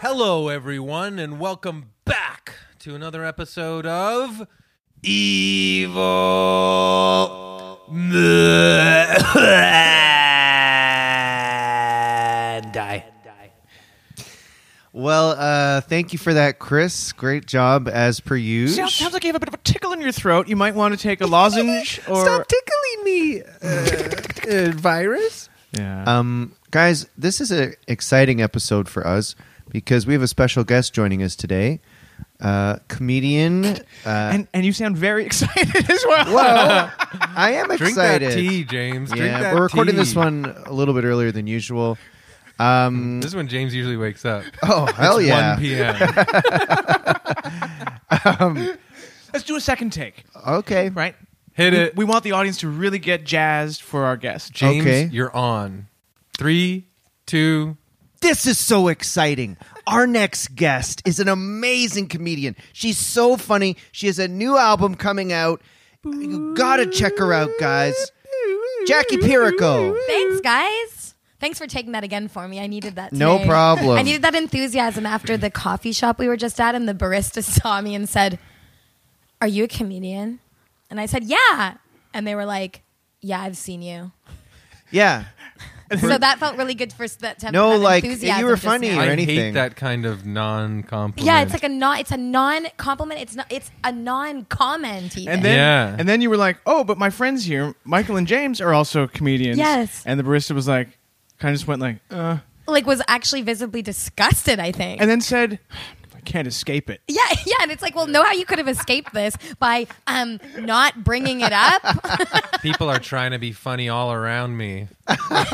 Hello, everyone, and welcome back to another episode of Evil and Die. Well, uh, thank you for that, Chris. Great job as per usual. Sounds, sounds like you have a bit of a tickle in your throat. You might want to take a lozenge or tickling me, uh, virus. yeah. Um, guys, this is an exciting episode for us because we have a special guest joining us today, uh, comedian. Uh, and and you sound very excited as well. well, I am Drink excited. that tea, James. Drink Yeah, that we're recording tea. this one a little bit earlier than usual. Um, This is when James usually wakes up. oh hell It's yeah! 1 p.m. Let's do a second take, Okay, right? Hit We- it. We want the audience to really get jazzed for our guest. James, Okay. you're on. Three, two. This is so exciting. Our next guest is an amazing comedian. She's so funny. She has a new album coming out. You gotta check her out, guys. Jackie Pirico. Thanks, guys. Thanks for taking that again for me. I needed that. Today. Mm-hmm. No problem. I needed that enthusiasm after the coffee shop we were just at, and the barista saw me and said, "Are you a comedian?" And I said, "Yeah." And they were like, "Yeah, I've seen you." Yeah. So that felt really good for that to have No, that like, enthusiasm you were just funny now. or I hate anything. that kind of non-compliment. Yeah, it's like a non. It's a non compliment. It's not. It's a non comment. Even. And then Yeah. and then you were like, "Oh, but my friends here, Michael and James are also comedians." Yes. And the barista was like kind of just went like, "Uh," like, was actually visibly disgusted. I think. and then said, "I can't escape it." Yeah, yeah, and it's like, well, know how you could have escaped this by um, not bringing it up. People are trying to be funny all around me.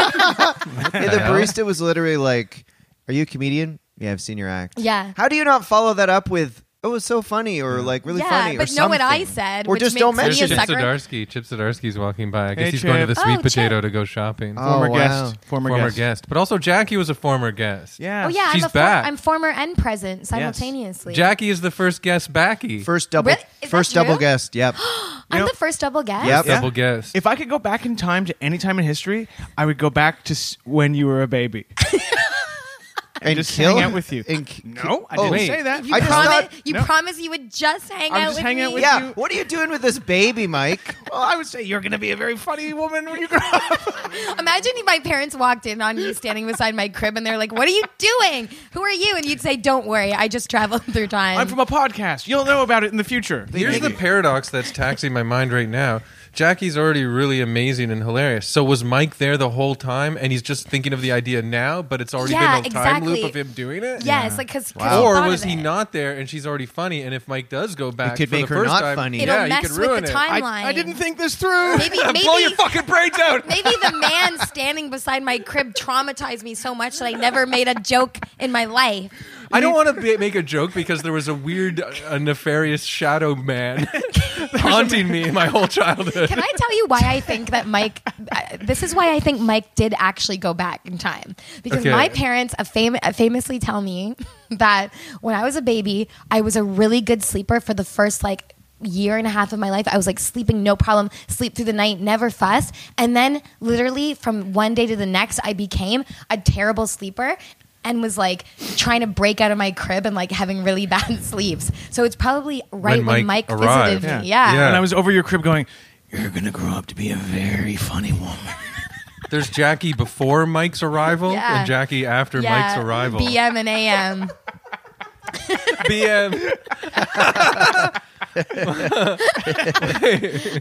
Yeah, the barista was literally like, Are you a comedian? Yeah, I've seen your act. Yeah. How do you not follow that up with, Oh, it was so funny or like really Yeah, funny? or but know what I something? said, Or which just don't makes There's mention Maybe me Chip a it. sucker. Zadarsky. Chip Zadarsky's walking by. I guess Hey, he's going to the Chip. sweet Oh, potato Chip. to go shopping. Oh, Former wow. guest, former, former guest. guest. But also, Jackie was a former guest. Yeah. oh yeah, She's I'm a for- back. I'm former and present simultaneously. Jackie is the first guest backy. First double Really? Is that first double true? guest. Yep. I'm Yep. the first double guest. Yep. double Yeah. guest. If I could go back in time to any time in history, I would go back to s- when you were a baby. and just kill hang out with you. and ki- No, I Oh, didn't wait. say that. You, I just promi- thought- you No. promised you would just hang I'm out just with hanging out me. with Yeah. you- What are you doing with this baby, Mike? Well, I would say you're going to be a very funny woman when you grow up. Imagine if my parents walked in on you standing beside my crib and they're like, "What are you doing? Who are you?" And you'd say, "Don't worry, I just traveled through time." I'm from a podcast. You'll know about it in the future. Here's the paradox that's taxing my mind right now. Jackie's already really amazing and hilarious. So was Mike there the whole time, and he's just thinking of the idea now, but it's already Yeah, been a time exactly. loop of him doing it. yes, like because Or was he not there, and she's already funny? And if Mike does go back, could for make the her first not time, funny. It'll Yeah, mess he could with ruin the it. timeline. I, I didn't think this through. Maybe, Blow maybe your fucking brains out. Maybe the man standing beside my crib traumatized me so much that I never made a joke in my life. I don't want to be, make a joke because there was a weird, a nefarious shadow man haunting me my whole childhood. Can I tell you why I think that Mike? uh, this is why I think Mike did actually go back in time because Okay. my parents uh, fam- uh, famously tell me that when I was a baby, I was a really good sleeper for the first like year and a half of my life. I was like sleeping no problem, sleep through the night, never fuss. And then literally from one day to the next, I became a terrible sleeper. And was like trying to break out of my crib and like having really bad sleeps. So it's probably right when, Mike Mike, arrived. visited me. Yeah. Yeah. And I was over your crib going, You're going to grow up to be a very funny woman. There's Jackie before Mike's arrival Yeah. and Jackie after Yeah, Mike's arrival. BM and AM. BM.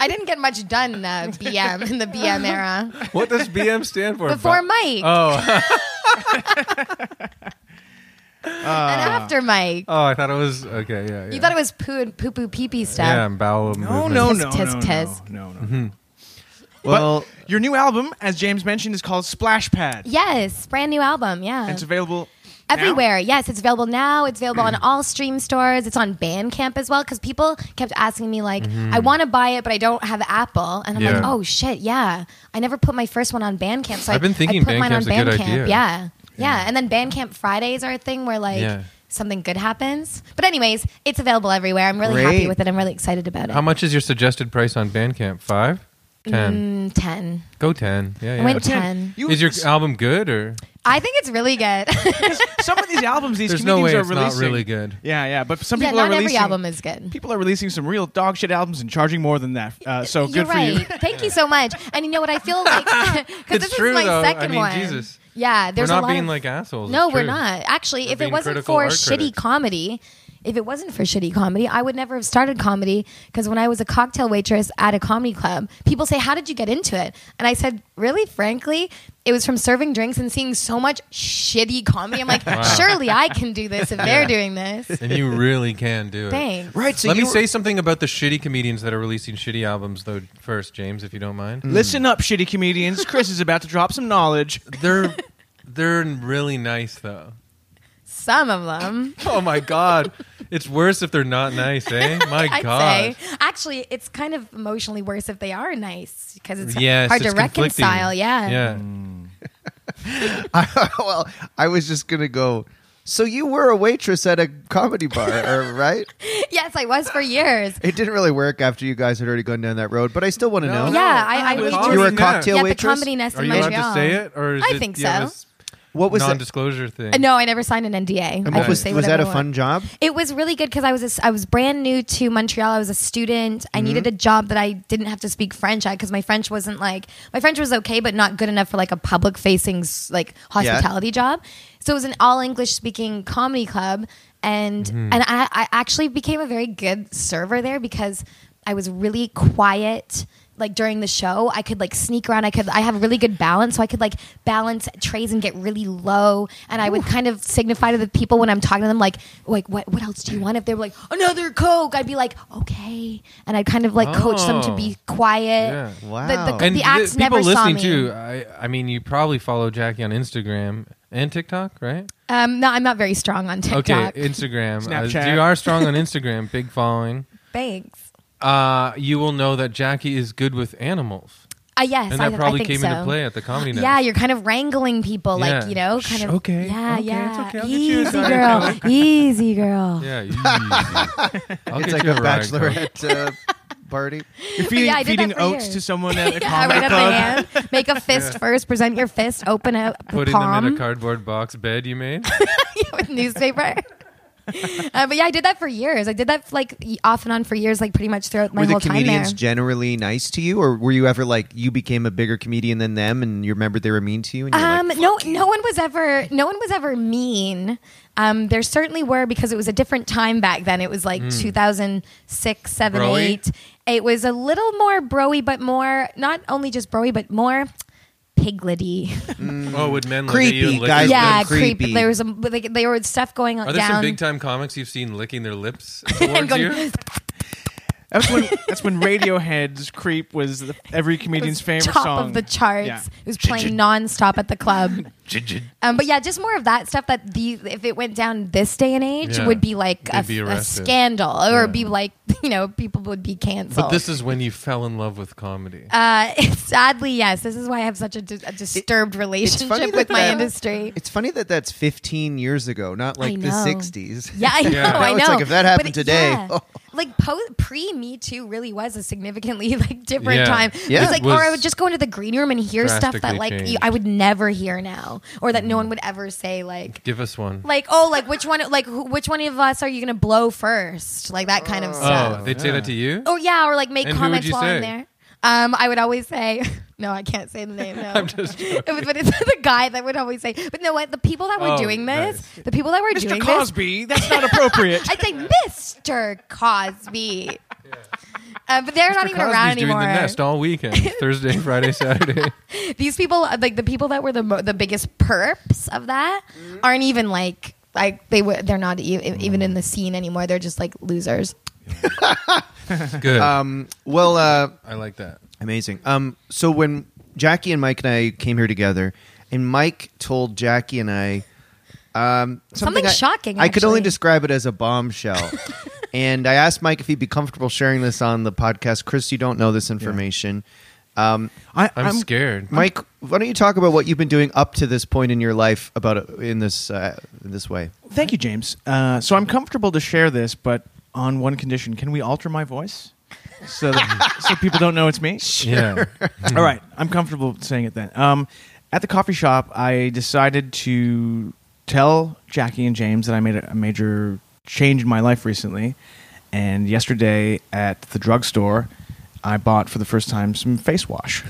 I didn't get much done uh, BM in the BM era What does BM stand for? before Bu- Mike Oh, and after Mike. Ah. oh, I thought it was okay. Yeah, yeah. You thought it was poo and poo poo pee pee stuff. yeah, bowel Oh, movement. no, no, Tisk, no, tisk, no, tisk. no, no. Mm-hmm. Well, Your new album, as James mentioned, is called Splash Pad. Yes, brand new album. Yeah, And it's available now? everywhere. Yes, it's available now. It's available Mm. on all stream stores. It's on Bandcamp as well because people kept asking me like, I want to buy it, but I don't have Apple, and I'm Mm-hmm. Yeah. like, oh shit, yeah. I never put my first one on Bandcamp, so I've been I, thinking I put mine on Bandcamp's a good Bandcamp. idea. Yeah. yeah, and then Bandcamp Fridays are a thing where like. Yeah. Something good happens. But, anyways, it's available everywhere. I'm really Great. happy with it. I'm really excited about it. How much is your suggested price on Bandcamp? Five? Ten? Mm, 10. Go ten. Yeah, I yeah. went Ten. 10. You- Is your album good or? I think it's really good. Some of these albums, these There's no comedians way are it's not releasing. really good. Yeah, yeah, but some yeah, people are not every releasing. album is good. People are releasing some real dog shit albums and charging more than that. Uh, so You're good for right. you. Thank you so much. And you know what I feel like? Because It's this true, is my though. I second mean, one. Jesus. Yeah, there's we're a not lot being of, like assholes. No, It's we're true. not. Actually, if it being wasn't critical for art shitty critics. comedy, if it wasn't for shitty comedy, I would never have started comedy because when I was a cocktail waitress at a comedy club, people say, "How did you get into it?" And I said, "Really, frankly, it was from serving drinks and seeing so much shitty comedy. I'm like, surely I can do this if they're doing this." And you really can do it. Thanks. Right. So Let me you- say something about the shitty comedians that are releasing shitty albums, though, first, James, if you don't mind. Listen up, shitty comedians. Chris is about to drop some knowledge. They're they're really nice though. Some of them. Oh my god, it's worse if they're not nice, eh? My I'd god. say. Actually, it's kind of emotionally worse if they are nice because it's Yes, hard it's Mm. to conflicting. reconcile. Yeah. Yeah. well, I was just gonna go. So you were a waitress at a comedy bar, or- right? Yes, I was for years. It didn't really work after you guys had already gone down that road, but I still want to No, know. no. yeah, I, I You was were a cocktail yeah, waitress? the comedy nest Are in you allowed to Montreal. say it, or is I it, think you have so. What a was that? non-disclosure thing? Uh, No, I never signed an NDA. And I what can was, say was that whatever a I fun want. job? It was really good because I was a s I was brand new to Montreal. I was a student. Mm-hmm. I needed a job that I didn't have to speak French at because my French wasn't like my French was okay, but not good enough for like a public facing like hospitality job. So it was an all English speaking comedy club, and Mm-hmm. and I, I actually became a very good server there because I was really quiet. Like during the show, I could like sneak around. I could I have really good balance, so I could like balance trays and get really low. And I would kind of signify to the people when I'm talking to them, like like what what else do you want? If they were like another coke, I'd be like okay, and I'd kind of like coach them to Oh. be quiet. Yeah. Wow. The, the, And the acts thi- people never saw listening me. too, I, I mean, you probably follow Jackie on Instagram and TikTok, right? Um, no, I'm not very strong on TikTok. Okay, Instagram. Uh, Snapchat. you are strong on Instagram, big following. Thanks. Uh, you will know that Jackie is good with animals, Uh, yes, and I, that probably I think came so. into play at the comedy night. Yeah, you're kind of wrangling people, Yeah. like you know, kind Shh, of. okay, Yeah, okay, yeah. it's okay, I'll get you a easy, Diet girl. easy girl. Yeah, easy. I'll It's get like you a ride, girl. bachelorette uh, party. You're feeding, yeah, I did that feeding for oats years. to someone at a comedy Yeah, Uh, right up club. the hand. Make a fist first. Present your fist. Open a Putting palm them in a cardboard box bed you made. with newspaper. Uh, but yeah, I did that for years. I did that like y- off and on for years, like pretty much throughout my were the whole time there. comedians generally nice to you, or were you ever like you became a bigger comedian than them, and you remembered they were mean to you? And you're like, Um, no, no one was ever, no one was ever mean. Um, there certainly were because it was a different time back then. It was like 2006, 7, Broy? 8. It was a little more broy, but more, not only just broy, but more piglety. oh, would men look at you Creepy, and lick guys. your yeah, been creepy. creep. There was a, like, there was stuff going on Are there down. some big time comics you've seen licking their lips towards and going, you? That's when that's when Radiohead's "Creep" was the, every it comedian's was favorite top song. of the charts. Yeah. It was playing nonstop at the club. Um, but yeah, just more of that stuff that the if it went down this day and age Yeah. would be like a, They'd be a arrested. scandal or Yeah. be like you know people would be canceled. But this is when you fell in love with comedy. uh, sadly yes. This is why I have such a, dis- a disturbed relationship that with my that- industry. It's funny that that's 15 years ago, not like the know. 60s. Yeah, I know. Yeah. Now I know. it's like, if that But happened it- today- yeah. like po- pre Me Too really was a significantly like different Yeah. time. Yeah. It was like, It was or I would just go into the green room and hear stuff that drastically like you, changed. I would never hear now, or that no one would ever say like. Give us one. Like oh like which one like who, which one of us are you gonna blow first like that kind of stuff oh, they'd say that to you? or yeah or like make And who would comments you while say? I'm there um I would always say no I can't say the name no I'm just joking. it was but it's the guy that would always say but no what the people that were Oh, doing this nice. the people that were Mr. doing this Cosby, that's not appropriate. I'd say Mr. Cosby. Uh, but they're not even Cosby's around doing the anymore. nest all weekend, Thursday, Friday, Saturday. These people, like the people that were the mo- the biggest perps of that, Mm-hmm. aren't even like like they were. They're not e- even in the scene anymore. They're just like losers. Good. Um, well, uh, I like that. amazing. Um, so when Jackie and Mike and I came here together, and Mike told Jackie and I um, Something I- shocking, I could only actually. describe it as a bombshell. and I asked Mike if he'd be comfortable sharing this on the podcast. Chris, you don't know this information. Um, I, I'm, scared. Mike, why don't you talk about what you've been doing up to this point in your life about it in this uh, in this way? Thank you, James. Uh, so I'm comfortable to share this, but on one condition: can we alter my voice so that, so people don't know it's me? Yeah. All right, I'm comfortable saying it then. Um, at the coffee shop, I decided to tell Jackie and James that I made a, a major change in my life recently. And yesterday at the drugstore, I bought for the first time some face wash.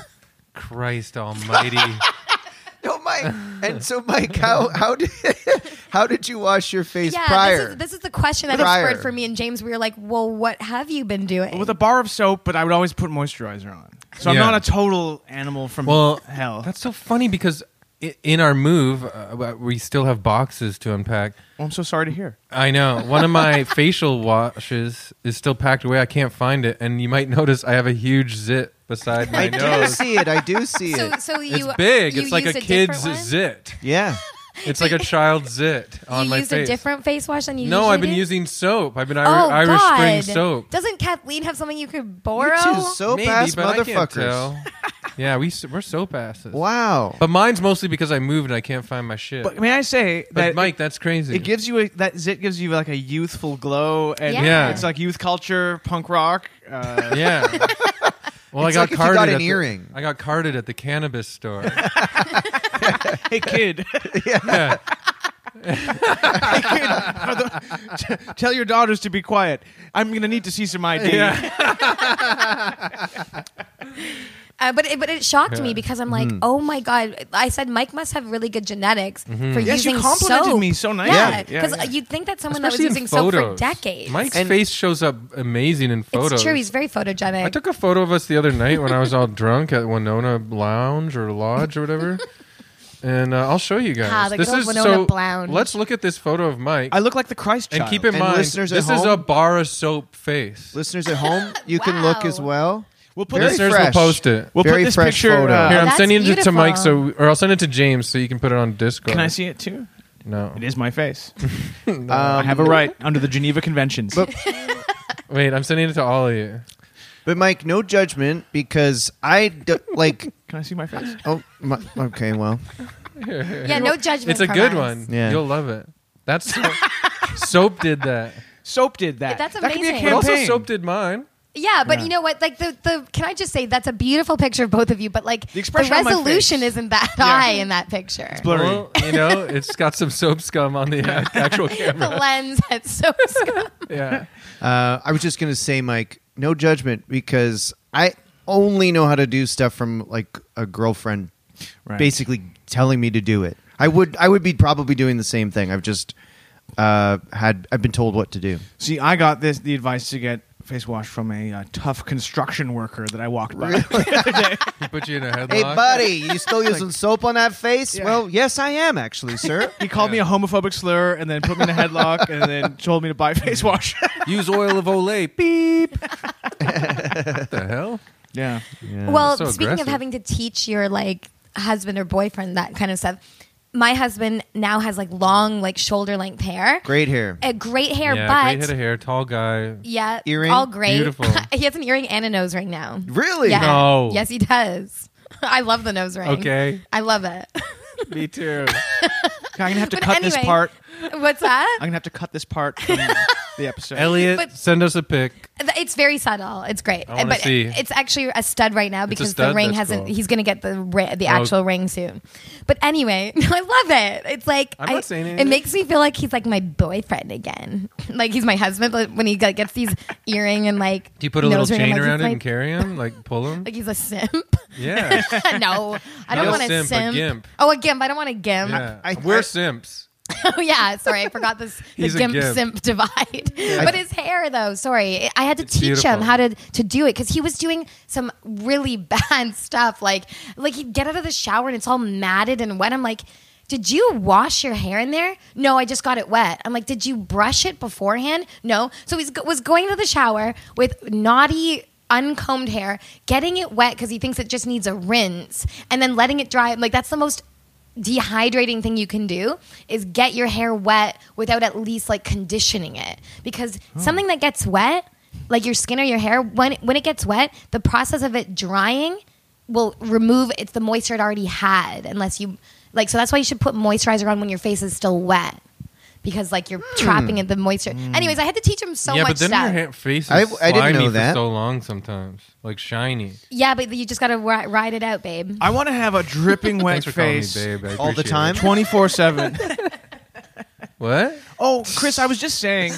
Christ Almighty. No, Mike. And so, Mike, how how did how did you wash your face yeah, prior? This, is, this is the question that Prior. it spurred for me and James. We were like, well, what have you been doing? With a bar of soap, but I would always put moisturizer on. So Yeah. I'm not a total animal from well, hell. That's so funny because i- in our move, uh, we still have boxes to unpack. Well, oh, I'm so sorry to hear. I know. One of my facial washes is still packed away. I can't find it. And you might notice I have a huge zit beside my I do nose. see it. I do see so, it. so It's you big. you It's like use a different kid's one? zit. Yeah. It's like a child's zit on you my use face. a different face wash than you no, usually I've been do? using soap. I've been Iri- oh, Irish God. Spring soap. Doesn't Kathleen have something you could You borrow? two soap Maybe, ass but I can't motherfuckers. tell. yeah, we s- we're soap asses. Wow. But mine's mostly because I moved and I can't find my shit. But But, may I say that Mike, that's crazy. it, it gives you a, that zit gives you like a youthful glow and Yeah. Yeah. it's like youth culture, punk rock. Uh, yeah. Well, I It's got like if you carded. got an at the- earring. I got carded at the cannabis store. hey kid, yeah. hey kid, for the- t- tell your daughters to be quiet. I'm gonna need to see some ID. Uh, but it, but it shocked Yeah. Mm-hmm. me because I'm like, oh my god! I said Mike must have really good genetics Mm-hmm. for Yes, you using complimented soap. me so nicely. Yeah, Yeah, because yeah. you'd think that someone Especially that was in using soap for photos. decades. Mike's And- face shows up amazing in photos. It's true. He's very photogenic. I took a photo of us the other night when I was all drunk at Winona Lounge or Lodge or whatever. And uh, I'll show you guys. Ah, the this good old is so. Winona Lounge. Let's look at this photo of Mike I look like the Christ and child. keep in And mind, listeners at this is home- a bar of soap face. Listeners at home, you can look as Wow. well. We'll put Very this. Listeners fresh. will post it. We'll very put this fresh picture. photo. uh, Here, I'm That's sending it to beautiful. Mike, so or I'll send it to James, so you can put it on Discord. can I see it too? No. It is my face. I Um, have a right under the Geneva Conventions. But- Wait, I'm sending it to all of you. But Mike, no judgment because I d- like. Can I see my face? Oh, my, okay. Well, yeah, no judgment. It's a from good us. one. Yeah. You'll love it. That's so- soap did that. Soap did that. That's That could be a amazing. But also, campaign. soap did mine. Yeah, but Yeah. you know what? Like the the can I just say that's a beautiful picture of both of you, but like the, expression on my resolution face. isn't that Yeah. high in that picture. blurry. Well, you know, it's got some soap scum on the uh, actual The camera. lens that's so scum. Yeah. uh, I was just gonna say, Mike, no judgment because I only know how to do stuff from like a girlfriend, Right. basically telling me to do it. I would, I would be probably doing the same thing. I've just uh, had, I've been told what to do. See, I got this the advice to get face wash from a uh, tough construction worker that I walked by. He put you in a headlock. Hey, buddy, you still using soap on that face? Well, yes, I am actually, sir. He called Yeah. me a homophobic slur and then put me in a headlock and then told me to buy face wash. Use oil of Olay. Beep. what the hell? yeah. well, so speaking aggressive. of having to teach your like husband or boyfriend that kind of stuff, my husband now has like long, like shoulder length hair. Great hair. Uh, great hair, yeah, but great head of hair, tall guy. yeah, Earring? all great. Beautiful. he has an earring and a nose ring now. Really? Yeah. No. Yes, he does. I love the nose ring. Okay. I love it. Me too. Okay, I'm gonna have to But cut this anyway- part. What's that? I'm gonna have to cut this part from the episode. Elliot, But- send us a pic. Th- It's very subtle. It's great. I wanna but see. it's actually a stud right now a because the stud? ring That's hasn't. cool. Oh. He's going to get the ri- the actual ring soon. But anyway, no, I love it. It's like I'm not I- saying it anything. makes me feel like he's like my boyfriend again. like he's my husband, but when he like, gets these earring and like Do you put a little nose ring, I'm chain like, around he's it my- and carry him? Like pull him? Like he's a simp. yeah. no, I don't a want simp, a gimp. Oh, a gimp. I don't want a gimp. yeah. I- We're I- simps. oh yeah, sorry, I forgot this the He's a gimp, gimp. simp divide. But his hair though, sorry, I- I had to It's teach him beautiful. how to to do it because he was doing some really bad stuff. Like like he'd get out of the shower and it's all matted and wet. I'm like. Did you wash your hair in there? No, I just got it wet. I'm like, did you brush it beforehand? No. So he was going to the shower with naughty, uncombed hair, getting it wet because he thinks it just needs a rinse, and then letting it dry. I'm like, that's the most dehydrating thing you can do is get your hair wet without at least like conditioning it because something that gets wet like your skin or your hair when when it gets wet the process of it drying will remove it's the moisture it already had unless you like so that's why you should put moisturizer on when your face is still wet because like you're trapping in the moisture. Anyways, I had to teach him so yeah, much but then stuff. your ha- face is I- I didn't slimy know that. for so long sometimes, like shiny. yeah, but you just gotta ri- ride it out, babe. I want to have a dripping wet Thanks for calling me, face babe. I All appreciate the it. time? twenty four seven. What? Oh, Chris, I was just saying,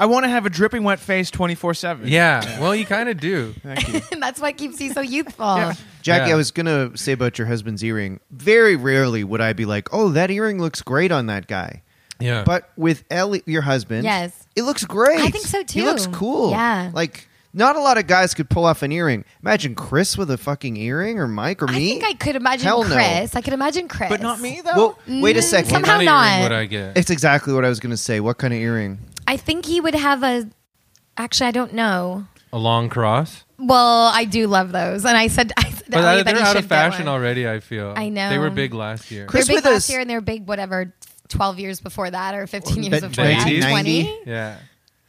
I want to have a dripping wet face twenty four seven. Yeah. Well, you kind of do. Thank you. That's what keeps you so youthful. Jackie, Yeah. I was gonna say about your husband's earring. Very rarely would I be like, "Oh, that earring looks great on that guy," Yeah. but with Ellie, your husband, Yes. it looks great. I think so, He looks too. cool. Yeah. like not a lot of guys could pull off an earring. Imagine Chris with a fucking earring, or Mike, or I me. think I could imagine Hell no. Chris. I could imagine Chris, but not me though. Well, wait a Mm, second. what somehow kind of not. earring would I get? It's exactly what I was gonna say. What kind of earring? I think he would have a. Actually, I don't know. A long cross? Well, I do love those, and I said, I said to But Elliot I- that they're he out should of fashion get one. already. I feel. I They were know. big last year. Chris they're big with last us- year, and they're big whatever, twelve years before that, or fifteen years But before that, 90s? 20, Yeah.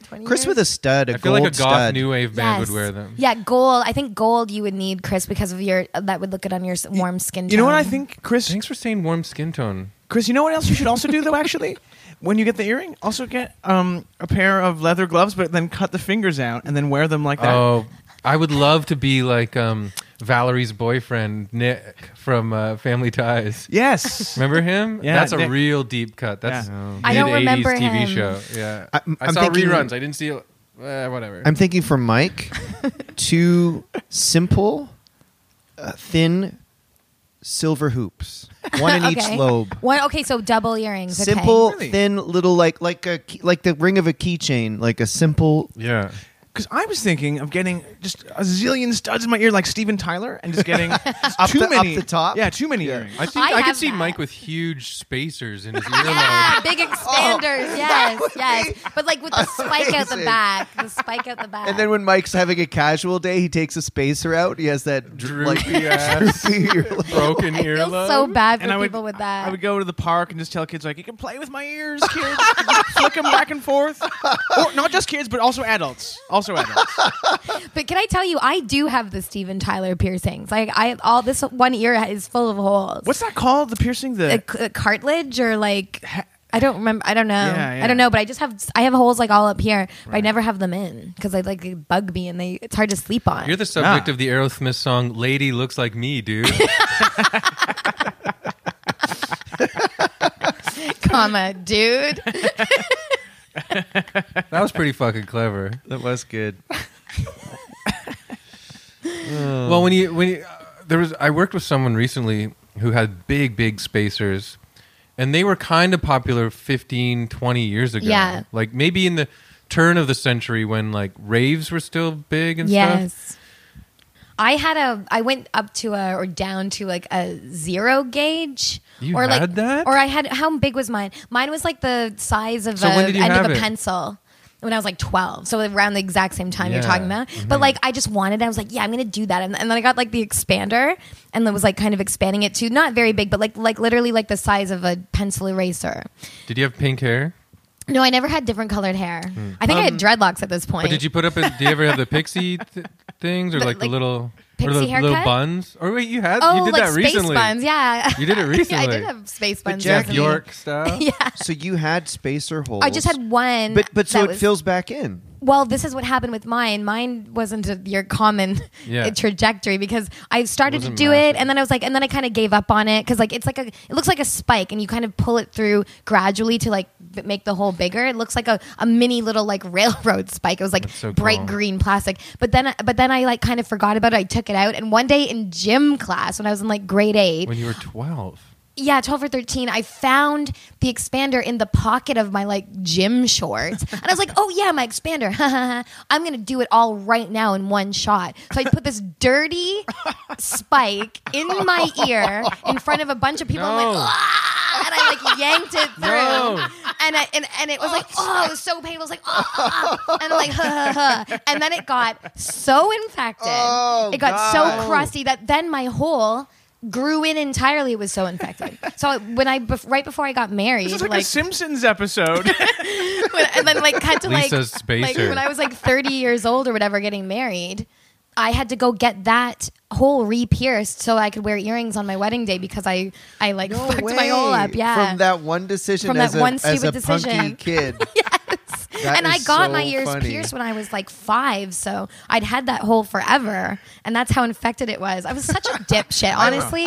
20 Chris years? with a stud, a I feel gold like a goth stud. new wave band Yes. would wear them. Yeah, gold. I think gold you would need, Chris, because of your uh, that would look good on your s- warm skin. you know what I tone. think, Chris? Thanks for saying warm skin tone. Chris, you know what else you should also do though? Actually, when you get the earring, also get um, a pair of leather gloves, but then cut the fingers out and then wear them like that. Oh, I would love to be like um, Valerie's boyfriend, Nick from uh, Family Ties. Yes. Remember him? Yeah, That's a Nick. real deep cut. That's Yeah. mid I don't remember 80s TV him. show. Yeah, I- I, I'm saw thinking- reruns. I didn't see it. Uh, whatever. I'm thinking for Mike, two simple, uh, thin silver hoops, one in Uh, Okay. each lobe. One, okay, so double earrings. Simple, Okay. Really? thin, little like like a key- like the ring of a keychain, like a simple. yeah, Because I was thinking of getting just a zillion studs in my ear, like Steven Tyler, and just getting Up too the- up many the top? Yeah, too many Yeah. earrings. I think I I, could have see that. Mike with huge spacers in his Yeah, earlobe. Ah, big expanders. yes, yes. But like with the spike out the amazing. back, the spike out the back. And then when Mike's having a casual day, he takes a spacer out. He has that Droopy like ass, droopy- broken I feel earlobe. so bad for And I would- people with that. I would go to the park and just tell kids like, "You can play with my ears, kids. Flick them back and forth." Or not just kids, but also adults. Also adults. But can I tell you, I do have the Steven Tyler piercings. Like I, all this one ear is full of holes. What's that called? The piercing. The a, c- a cartilage or like? I don't remember. I don't know. Yeah, yeah. I don't know. But I just have I have holes like all up here, but I never have them in because I like they bug me and they it's hard to sleep on. You're the subject Nah. of the Aerosmith song "Lady Looks Like Me," dude. comma dude. that was pretty fucking clever. that was good. Well, when you when you, uh, there was, I worked with someone recently who had big, big spacers, and they were kind of popular 15, 20 years ago. Yeah. like maybe in the turn of the century when like raves were still big and yes. stuff. I had a I went up to a or down to like a zero gauge. You or like had that? or I had how big was mine? Mine was like the size of So a when did you end have of a it? pencil. When I was like 12, so around the exact same time you're Yeah. Mm-hmm. talking about, but like I just wanted, it. I was like, yeah, I'm gonna do that, and, and then I got like the expander, and then was like kind of expanding it to not very big, but like like literally like the size of a pencil eraser. Did you have pink hair? No, I never had different colored hair. I think I had dreadlocks at this Hmm. point. Um, But did you put up? A, do you ever have the pixie th- things or The- like, the like, little or pixie the little haircut? buns? Or wait, you had Oh, you did like that space recently. buns, yeah. You did it Yeah, I recently. did have space buns. Jack Jeff recently. York style. Yeah. So you had spacer holes. I just had one. But but so that it was- fills back in. Well, this is what happened with mine. Mine wasn't a, your common Yeah. trajectory because I started to Wasn't do it, massive. and then I was like, and then I kind of gave up on it because like it's like a, it looks like a spike, and you kind of pull it through gradually to like b- make the hole bigger. It looks like a, a mini little like railroad spike. It was like That's so bright cool. green plastic, but then but then I like kind of forgot about it. I took it out, and one day in gym class when I was in like grade eight, When you were twelve. yeah, 12 or 13, I found the expander in the pocket of my like gym shorts. And I was like, oh yeah, my expander. I'm going to do it all right now in one shot. So I put this dirty spike in my ear in front of a bunch of people and went, No. "Ah!" and I like yanked it through. No. And, I, and, and it was like, oh, it was so painful. It was like, "Ah, ah, ah." and I'm like, ha, ha, ha. And then it got so infected. Oh, it got God. so crusty see that then my hole grew in entirely it was so infected so I- when i bef- right before i got married this is like, a like, Simpsons episode. when- and then like cut to like, Lisa's like spacer. when i was like 30 years old or whatever getting married I had to go get that hole re-pierced so I could wear earrings on my wedding day because I I like No fucked way. my hole up. Yeah. From that one decision From as, that a, one as a stupid decision. punky kid. That and I is got so my ears funny. pierced when I was like five, so I'd had that hole forever, and that's how infected it was. I was such a dipshit, honestly.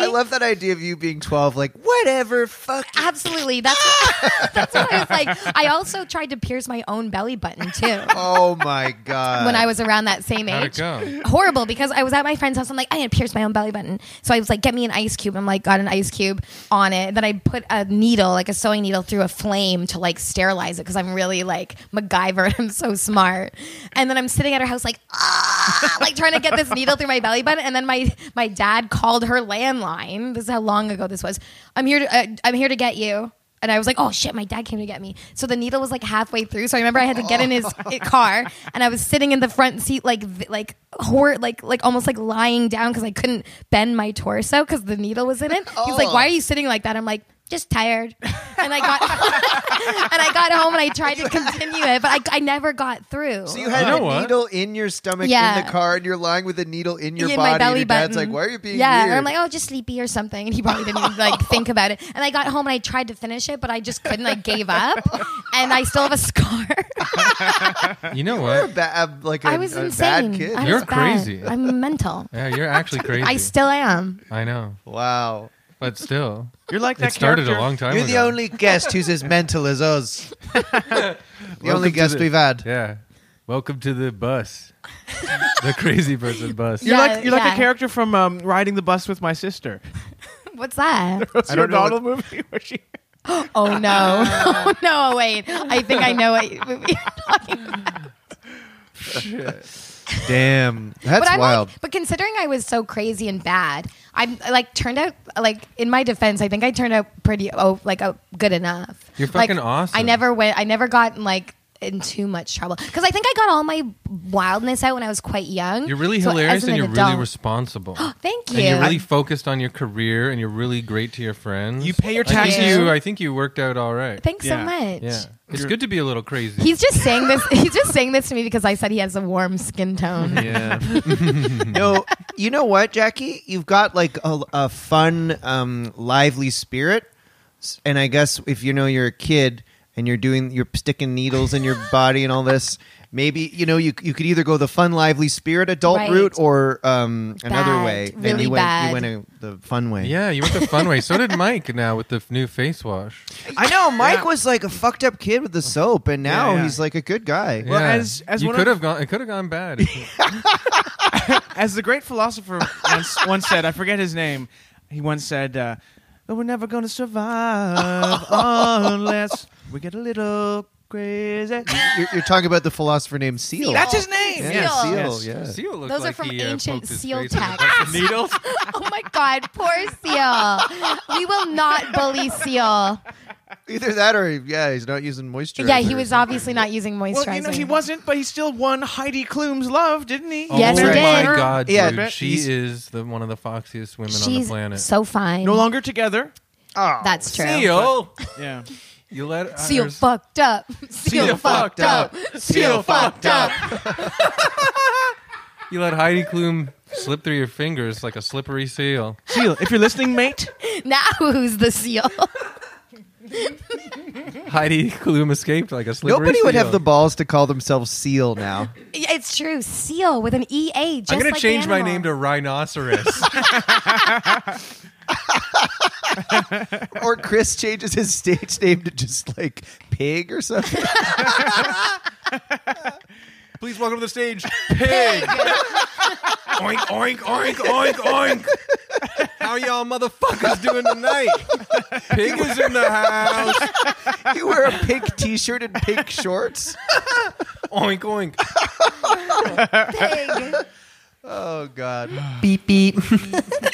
I love that idea of you being 12, like, whatever, fuck it. Absolutely, that's what, that's what I was like. I also tried to pierce my own belly button too. Oh my God. when I was around that same How'd it age. go? Horrible because I was at my friend's house. I'm like, I need to pierce my own belly button. So I was like, get me an ice cube. I'm like, got an ice cube on it. Then I put a needle, like a sewing needle, through a flame to like sterilize it because I'm really like MacGyver and I'm so smart. And then I'm sitting at her house like, ah, like trying to get this needle through my belly button. And then my my dad called her landline. This is how long ago this was. I'm here to uh, I'm here to get you. And I was like, oh shit, my dad came to get me. So the needle was like halfway through. So I remember I had to get in his car, and I was sitting in the front seat, like th- like hor- like like almost like lying down because I couldn't bend my torso because the needle was in it. He's like, Oh. why are you sitting like that? I'm like. Just tired, and I got and I got home and I tried to continue it, but I, I never got through. so you had You know a what? needle in your stomach Yeah. in the car, and you're lying with a needle in your in body. my belly and your button. dad's like, why are you being yeah, weird? and I'm like, oh, just sleepy or something. And he probably didn't even, like think about it. And I got home and I tried to finish it, but I just couldn't. I gave up, and I still have a scar. You know You're a what? ba- a- like a, oh. I was a insane. bad kid. I You're was bad. crazy. I'm mental. Yeah, you're actually crazy. I still am. I know, wow. but still, You're like that it started character. a long time You're ago. the only guest who's as mental as us. the only guest we've had. Yeah. Welcome to the bus. the crazy person bus. You're Yeah, like you're like yeah. a character from um, riding the bus with my sister. What's that? I don't know what- Donald movie where she. Oh no! oh no! Wait, I think I know what you- what you're talking about. Damn, that's but I'm wild. Like, but considering I was so crazy and bad, I'm I, like turned out like in my defense, I think I turned out pretty oh like uh, good enough. You're Like, fucking awesome. I never went. I never got in, like in too much trouble because I think I got all my wildness out when I was quite young. You're really So hilarious as an and you're really adult- responsible. Thank you. And you're really focused on your career and you're really great to your friends. You pay your I think taxes. you, I think you worked out all right. Thanks Yeah. so much. yeah. It's good to be a little crazy. He's just saying this. He's just saying this to me because I said he has a warm skin tone. Yeah. no, you know what, Jackie? You've got like a, a fun, um, lively spirit, S- and I guess if you know you're a kid and you're doing you're sticking needles in your body and all this, maybe you know you you could either go the fun, lively spirit adult Right. route or um, another Bad. way. And Really you went bad. you went a, the fun way. yeah, you went the fun way. So did Mike now with the f- new face wash. I know. Mike Yeah. Uh-huh. was like a fucked up kid with the soap, and now Yeah, yeah. he's like a good guy. Well, yeah. as- as you one could of- have gone, it could have gone bad. As the great philosopher once, once said, I forget his name. He once said, uh, "But "We're never going to survive unless we get a little crazy." You're, you're talking about the philosopher named Seal. That's his name. yeah, Yes. Seal. Yes. Yeah. Seal looked Those are like from he, uh, ancient poked his seal face in a bunch texts. of Needles. Oh my God, poor Seal. We will not bully Seal. Either that or yeah, he's not using moisturizer. Yeah, he was obviously not using moisturizer. Well, you know he wasn't, but he still won Heidi Klum's love, didn't he? Yes, oh he did. my god, Yeah, dude. but She he's- is the, one of the foxiest women on the She's planet. so fine. No longer together. That's true. E Seal, Yeah. you let Seal others- fucked up. Seal, E fucked up. Seal fucked up. You let Heidi Klum slip through your fingers like a slippery seal. Seal, if you're listening, mate. Now who's the E seal? Heidi Klum escaped like a slippery Nobody seal. would have the balls to call themselves Seal now. It's true. Seal with an E A. Just I'm gonna like the change my animal. name to Rhinoceros. or Chris changes his stage name to just like Pig or something. Please welcome to the stage, Pig. oink, oink, oink, oink, oink. How y'all motherfuckers doing tonight? Pig is in the house. you wear a pink T-shirt and pink shorts. Oink, oink. Pig. Oh God. beep beep.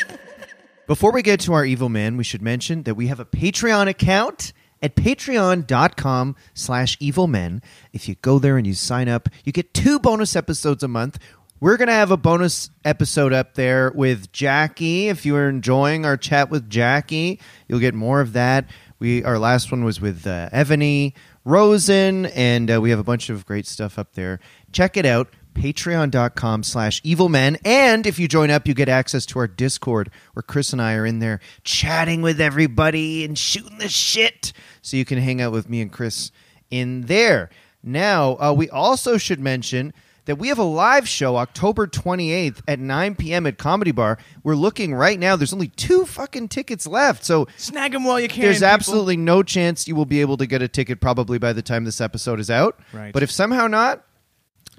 Before we get to our evil man, we should mention that we have a Patreon account at patreon.com slash evil men. If you go there and you sign up, you get two bonus episodes a month. We're going to have a bonus episode up there with Jackie. If you are enjoying our chat with Jackie, you'll get more of that. We Our last one was with uh, Ebony Rosen, and uh, we have a bunch of great stuff up there. Check it out, patreon.com slash evil men. And if you join up, you get access to our Discord where Chris and I are in there chatting with everybody and shooting the shit. So you can hang out with me and Chris in there. Now, uh, we also should mention that we have a live show October 28th at 9 p.m. at Comedy Bar. We're looking right now. There's only two fucking tickets left. So Snag them while you can. there's people. absolutely no chance you will be able to get a ticket probably by the time this episode is out. Right. But if somehow not,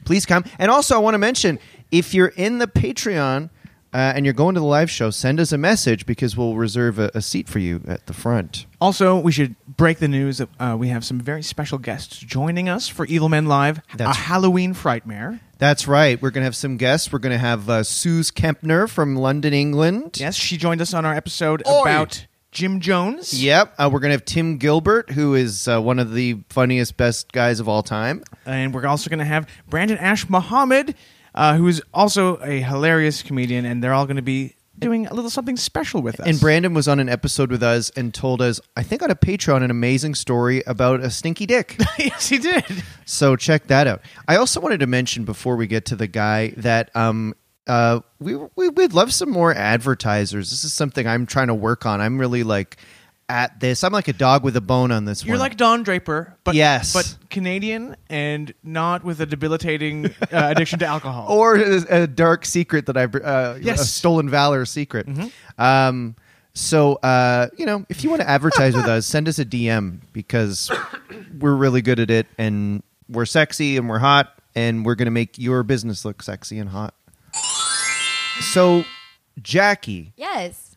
please come. And also, I want to mention if you're in the Patreon uh, and you're going to the live show, send us a message because we'll reserve a, a seat for you at the front. Also, we should break the news that uh, we have some very special guests joining us for Evil Men Live, That's- a Halloween Frightmare. That's right. We're going to have some guests. We're going to have uh, Suze Kempner from London, England. Yes, she joined us on our episode Oi. about Jim Jones. Yep. Uh, we're going to have Tim Gilbert, who is uh, one of the funniest, best guys of all time. And we're also going to have Brandon Ash Muhammad, uh, who is also a hilarious comedian, and they're all going to be doing a little something special with us. And Brandon was on an episode with us and told us, I think on a Patreon, an amazing story about a stinky dick. yes, he did. so check that out. I also wanted to mention before we get to the guy that um uh we we would love some more advertisers. This is something I'm trying to work on. I'm really like at this. I'm like a dog with a bone on this You're one. like Don Draper, but Yes. but Canadian and not with a debilitating uh, addiction to alcohol. or a, a dark secret that I uh, Yes. a stolen valor secret. Um, so uh, you know, if you want to advertise with us, send us a DM because we're really good at it, and we're sexy and we're hot, and we're gonna make your business look sexy and hot. So, Jackie, Yes.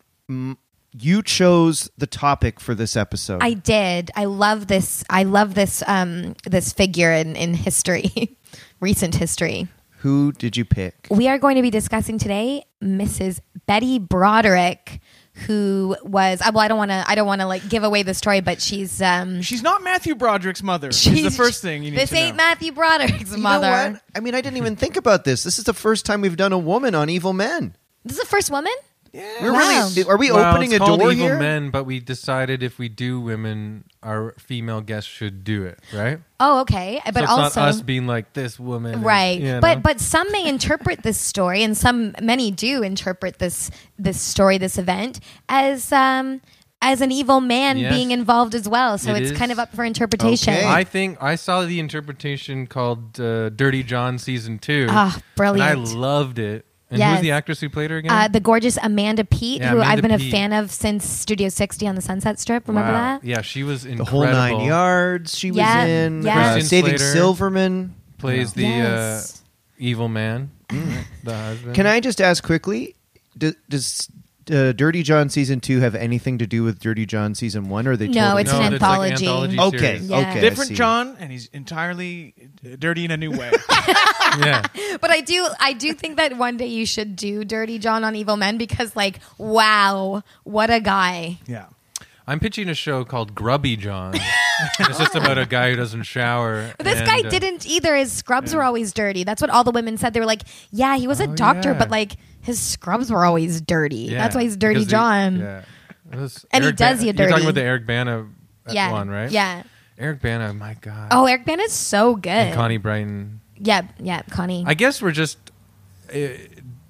you chose the topic for this episode. I did. I love this. I love this um this figure in in history, recent history. Who did you pick? We are going to be discussing today Mrs. Betty Broderick, who was uh, well. I don't want to. I don't want to like give away the story, but she's um. She's not Matthew Broderick's mother. is the she's- first thing you need This to ain't know. Matthew Broderick's mother. You know what? I mean, I didn't even think about this. This is the first time we've done a woman on Evil Men. This is the first woman. We're Wow. really are we Well, opening it's a called door evil here? men, but we decided if we do women, our female guests should do it, right? Oh, okay. But so it's also not us being like this woman, and- right you know? but but some may interpret this story and some many do interpret this this story this event as um as an evil man Yes. being involved as well so It it's is. kind of up for interpretation Okay. I think I saw the interpretation called uh, "Dirty John" season two. Ah, brilliant. And I loved it. And Yes. who's the actress who played her again? uh, the gorgeous Amanda Pete, Yeah, who I've Amanda been a Peet. fan of since Studio 60 on the Sunset Strip. Remember Wow. that? Yeah, she was incredible. the whole nine yards she Yeah, was in yeah. uh, Christian saving Slater. silverman Plays the Yes. uh, evil man, the husband. Mm. can i just ask quickly do, does uh, dirty john season 2 have anything to do with dirty john season 1 or are they No, totally it's no, an that's like anthology. anthology okay series. Yeah. okay I Different see. John, and he's entirely uh, dirty in a new way. yeah. But I do, I do think that one day you should do Dirty John on Evil Men because, like, wow, what a guy! yeah. I'm pitching a show called Grubby John. it's just about a guy who doesn't shower. But this and, guy uh, didn't either. His scrubs were always dirty. That's what all the women said. They were like, "Yeah, he was a Oh, doctor, yeah. but like his scrubs were always dirty. yeah, That's why he's Dirty because he- John." yeah. It was And he Eric does Bana- you You're dirty. talking about the Eric Bana uh, Yeah. one, right? Yeah. Eric Bana, my God. Oh, Eric Bana is so good. And Connie Brighton. Yeah, yeah, Connie. I guess we're just uh,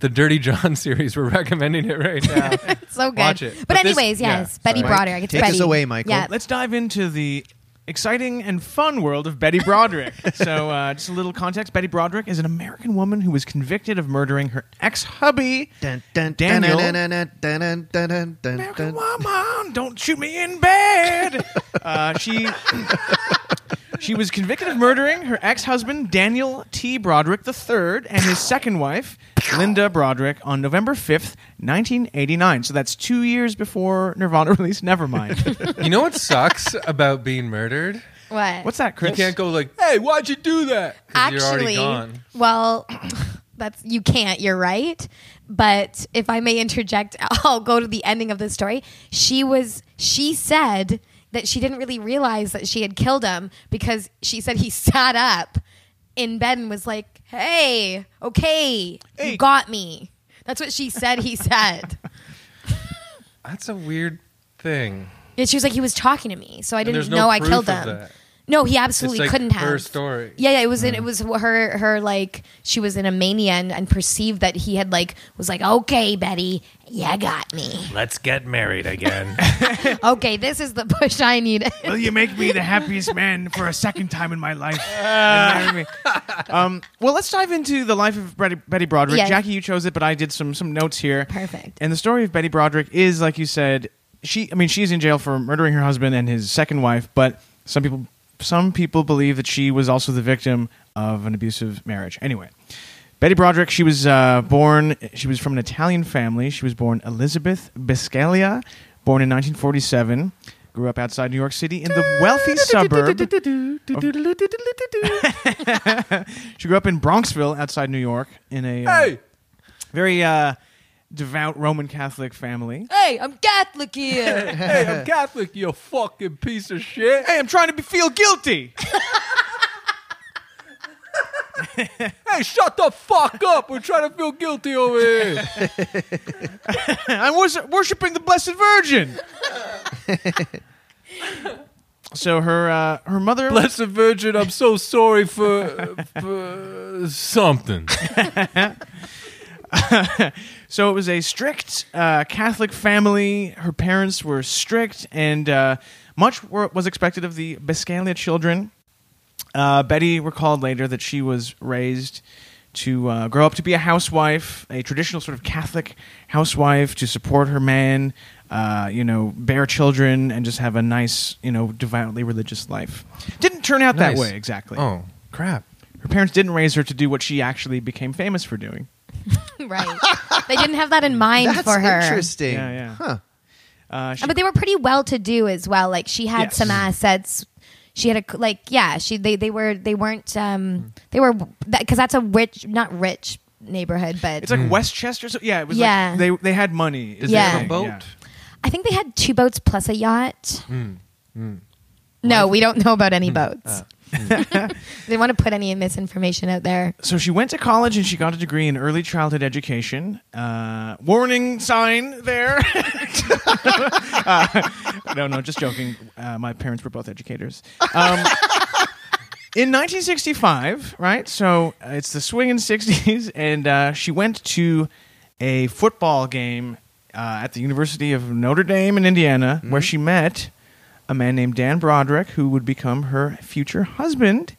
the Dirty John series. We're recommending it right now. so good. watch it. But, But this- anyways, yeah, yes, Betty sorry. Broderick. It's Take Betty. us away, Michael. Yeah. Let's dive into the exciting and fun world of Betty Broderick. so, uh, just a little context Betty Broderick is an American woman who was convicted of murdering her ex hubby, Dun, dun, dun, Daniel. dun, dun, dun, dun, dun, dun, dun, American dun. woman, don't shoot me in bed. uh, she she was convicted of murdering her ex-husband Daniel T. Broderick III and his second wife Linda Broderick on November fifth, nineteen eighty-nine. So that's two years before Nirvana released Nevermind. you know what sucks about being murdered? what? What's that, Chris? You can't go like, "Hey, why'd you do that?" 'Cause you're already Actually, gone. well, that's you can't. You're right. But if I may interject, I'll go to the ending of the story. She was. She said that she didn't really realize that she had killed him because she said he sat up in bed and was like, "Hey, okay, Hey. you got me." That's what she said. He said. That's a weird thing. Yeah, she was like, he was talking to me, so I there's didn't no know I proof killed of him. that. No, he absolutely like couldn't have. her story. Mm. Yeah, yeah. It was in, it was her her like she was in a mania and, and perceived that he had like was like okay Betty, you got me. Let's get married again. Okay, this is the push I needed. Will you make me the happiest man for a second time in my life? And marry me. um, well, let's dive into the life of Betty, Betty Broderick. Yes. Jackie, you chose it, but I did some some notes here. Perfect. And the story of Betty Broderick is, like you said, she. I mean, she's in jail for murdering her husband and his second wife, but some people some people believe that she was also the victim of an abusive marriage. Anyway. Betty Broderick, she was uh, born, she was from an Italian family. She was born Elizabeth Biscaglia, born in 1947. Grew up outside New York City in the wealthy suburb she grew up in Bronxville, outside New York, in a uh, hey, very uh, devout Roman Catholic family. hey, I'm Catholic here. hey, I'm Catholic, you fucking piece of shit. Hey, I'm trying to be, feel guilty. Hey, shut the fuck up. We're trying to feel guilty over here. I'm wors- worshiping the Blessed Virgin. so her uh, her mother Blessed Virgin, I'm so sorry for, for something. So it was a strict uh, Catholic family. Her parents were strict, and uh, much were, was expected of the Biscaglia children. Uh, Betty recalled later that she was raised to uh, grow up to be a housewife, a traditional sort of Catholic housewife, to support her man, uh, you know, bear children, and just have a nice, you know, devoutly religious life. Didn't turn out that Nice. way exactly. Oh, crap. Her parents didn't raise her to do what she actually became famous for doing. right. They didn't have that in mind That's for her. interesting. Yeah, yeah. Huh. Uh, she Uh, But they were pretty well to do as well. Like she had Yes. some assets. She had a like yeah. She they they were they weren't Mm. um they were because that's a rich not rich neighborhood, but It's like Westchester. So yeah, it was Yeah. like they they had money. is Hmm. Did they the have a thing, boat? yeah. I think they had two boats plus a yacht. No, we don't know about any boats. they want to put any misinformation out there. So she went to college and she got a degree in early childhood education. Uh, warning sign there. Uh, no, no, just joking. Uh, my parents were both educators. Um, in 1965, right? So uh, it's the swinging 60s, and uh, she went to a football game uh, at the University of Notre Dame in Indiana, where she met a man named Dan Broderick, who would become her future husband.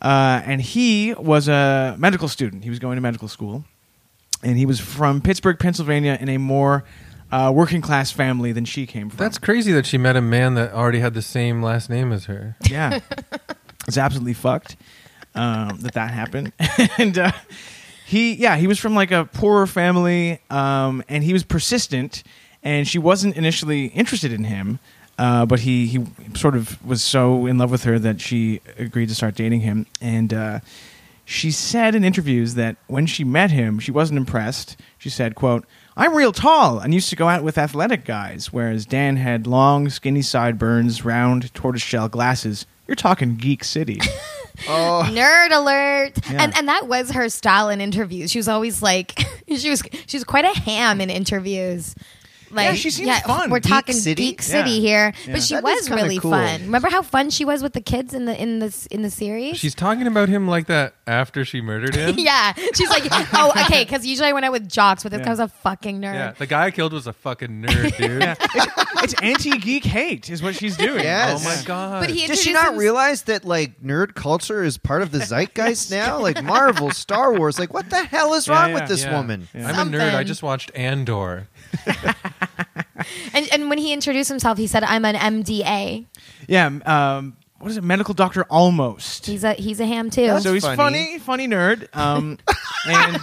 Uh, and he was a medical student. He was going to medical school, and he was from Pittsburgh, Pennsylvania, in a more uh, working class family than she came from. That's crazy that she met a man that already had the same last name as her. Yeah, it's absolutely fucked um, that that happened. and uh, he, yeah, he was from like a poorer family, um, and he was persistent. And she wasn't initially interested in him, uh, but he he sort of was so in love with her that she agreed to start dating him. And uh, she said in interviews that when she met him, she wasn't impressed. She said, "quote I'm real tall and used to go out with athletic guys, whereas Dan had long, skinny sideburns, round tortoiseshell glasses. You're talking Geek City." Nerd alert! Yeah. And and that was her style in interviews. She was always like, she was she was quite a ham in interviews. Like, Yeah, she seems fun. We're Geek talking City? Geek City Yeah. here, Yeah. but she That is was kinda really cool. fun. Remember how fun she was with the kids in the in this in the series? She's talking about him like that after she murdered him. yeah, she's like, oh, okay, because usually I went out with jocks, but this Yeah. guy was a fucking nerd. Yeah, the guy I killed was a fucking nerd, dude. it's anti-geek hate, is what she's doing. Yes. Oh my god! But he Does she introduced not him- realize that like nerd culture is part of the zeitgeist now? Like Marvel, Star Wars, like what the hell is Yeah, wrong yeah, with this Yeah. woman? I'm Something. a nerd. I just watched Andor. And and when he introduced himself, he said, "I'm an MDA." Yeah. Um, what is it? Medical doctor almost. He's a he's a ham too. so he's funny. funny, funny nerd. Um, and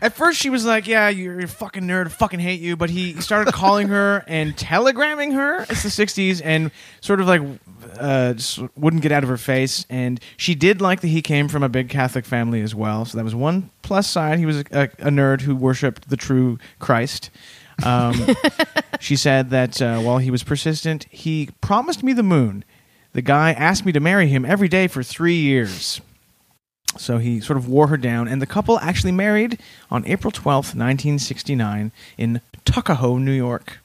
at first she was like, "Yeah, you're a fucking nerd. I fucking hate you." But he started calling her and telegramming her. It's the '60s, and sort of like uh, just wouldn't get out of her face. And she did like that he came from a big Catholic family as well. So that was one plus side. He was a, a, a nerd who worshipped the true Christ. Um, she said that uh, while he was persistent, he promised me the moon. The guy asked me to marry him every day for three years. So he sort of wore her down, and the couple actually married on April 12th, 1969, in Tuckahoe, New York.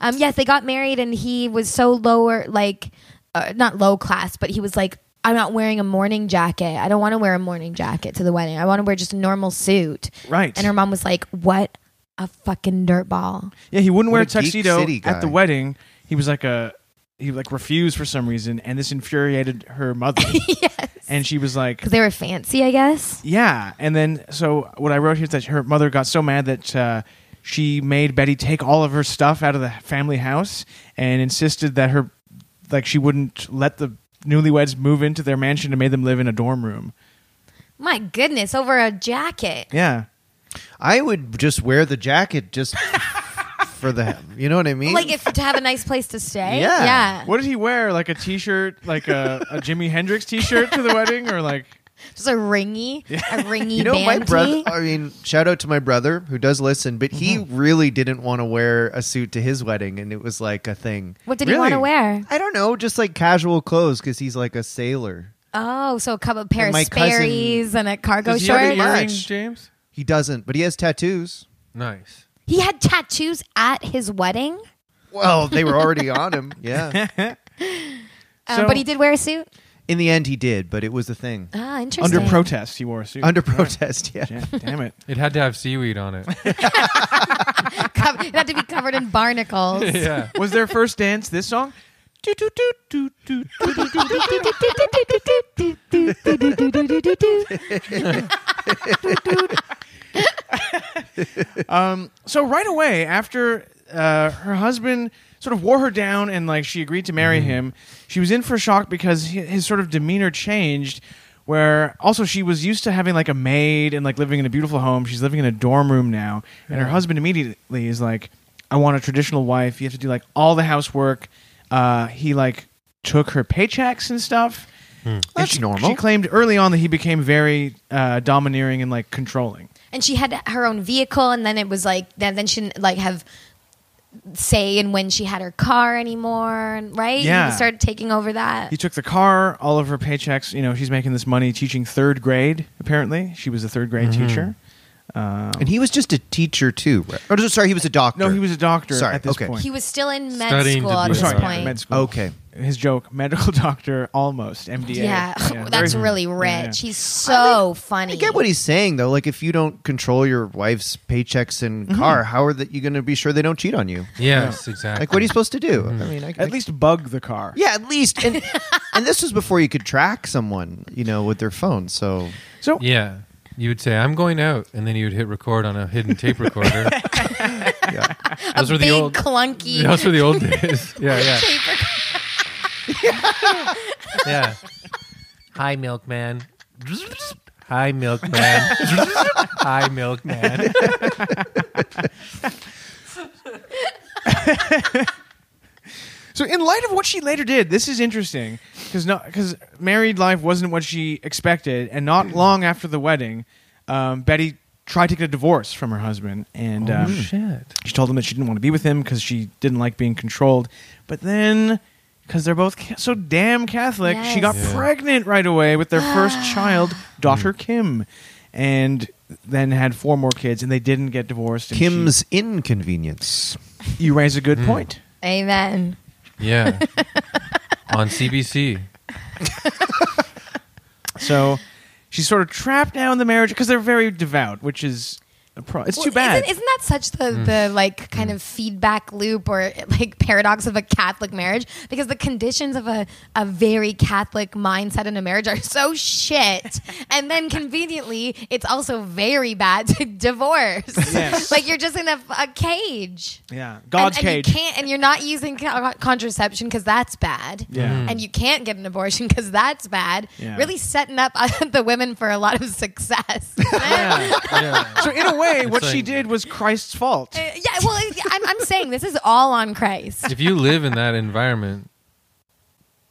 Um, yes, they got married, and he was so lower, like uh, not low class, but he was like I'm not wearing a morning jacket. I don't want to wear a morning jacket to the wedding. I want to wear just a normal suit. Right. And her mom was like, "What a fucking dirtball." Yeah, he wouldn't What wear a a geek tuxedo city guy. at the wedding. He was like a he like refused for some reason, and this infuriated her mother. yes. and she was like, Because they were fancy, I guess. "Yeah." And then so what I wrote here is that her mother got so mad that uh, she made Betty take all of her stuff out of the family house and insisted that her like she wouldn't let the newlyweds move into their mansion and made them live in a dorm room. My goodness, over a jacket. Yeah. I would just wear the jacket just for the you know what I mean? Like if to have a nice place to stay. Yeah. Yeah. What did he wear? Like a t-shirt, like a, a Jimi Hendrix t-shirt to the wedding, or like Just a ringy, a ringy you know my band brother tee. I mean shout out to my brother who does listen but he Mm-hmm. really didn't want to wear a suit to his wedding and it was like a thing. What did he Really? want to wear? I don't know, just like casual clothes cuz he's like a sailor. Oh, so a couple of pair my of cousin- Sperry's and a cargo does he have short. any earrings, much. James? He doesn't, but he has tattoos. Nice. He had tattoos at his wedding, Well, they were already on him. Yeah. um, So- but he did wear a suit. In the end he did, but it was a thing. Ah, interesting. Under protest, he wore a suit. Under protest, yeah. Yeah, damn it. It had to have seaweed on it. Cov- it had to be covered in barnacles. yeah. Was their first dance this song? um, so right away after uh, her husband sort of wore her down and like she agreed to marry him, she was in for a shock because hi- his sort of demeanor changed. Where also she was used to having like a maid and like living in a beautiful home. She's living in a dorm room now, and her husband immediately is like, "I want a traditional wife. You have to do like all the housework." Uh, he like took her paychecks and stuff. And That's she- normal. She claimed early on that he became very uh, domineering and like controlling. and she had her own vehicle, and then it was like then then she didn't like have say in when she had her car anymore, and right? Yeah. He started taking over that. He took the car, all of her paychecks. You know, she's making this money teaching third grade. Apparently, she was a third grade Mm-hmm. teacher. And he was just a teacher too, right? Or just- sorry, he was a doctor. No, he was a doctor Sorry, at this okay. point. He was still in med Studying school to at Oh, be a this sorry, doctor. point. med school. Okay. His joke, medical doctor, almost MDA. yeah, very- that's really rich. yeah. He's so funny. I get what he's saying though. Like if you don't control your wife's paychecks and car, how are that you going to be sure they don't cheat on you? Yes, exactly. Like what are you supposed to do? I mean, I, At least bug the car. yeah, at least. And, and this was before you could track someone, you know, with their phone. So So Yeah. You would say, I'm going out. And then you would hit record on a hidden tape recorder. yeah, Those a were big the old. clunky Those were the old days. Yeah, yeah. paper. Yeah. Hi, milkman. Hi, milkman. Hi, milkman. So, in light of what she later did, this is interesting because married life wasn't what she expected, and Mm-hmm. not long after the wedding, um, Betty tried to get a divorce from her husband, and Oh, um, Oh, shit. she told him that she didn't want to be with him because she didn't like being controlled. But then, because they're both ca- so damn Catholic, she got Yes. Yeah. pregnant right away with their first child, daughter Mm. Kim, and then had four more kids, and they didn't get divorced. and she- Kim's inconvenience. you raise a Mm. good point. Amen. Yeah. On CBC. So she's sort of trapped now in the marriage because they're very devout, which is a pro- it's too Well, bad. Isn't, isn't that such the, the like kind of feedback loop or like paradox of a Catholic marriage? Because the conditions of a, a very Catholic mindset in a marriage are so shit. and then conveniently, it's also very bad to divorce. Yes. like you're just in a, a cage. yeah, God's and, and cage. You can't, and you're not using co- contraception because that's bad. Yeah. Mm-hmm. Mhm. And you can't get an abortion because that's bad. Yeah. Really setting up uh, the women for a lot of success. Yeah. yeah. so in a way, what she like- did was Christ's fault. Uh, yeah, well, it- I'm, I'm saying this is all on Christ. If you live in that environment,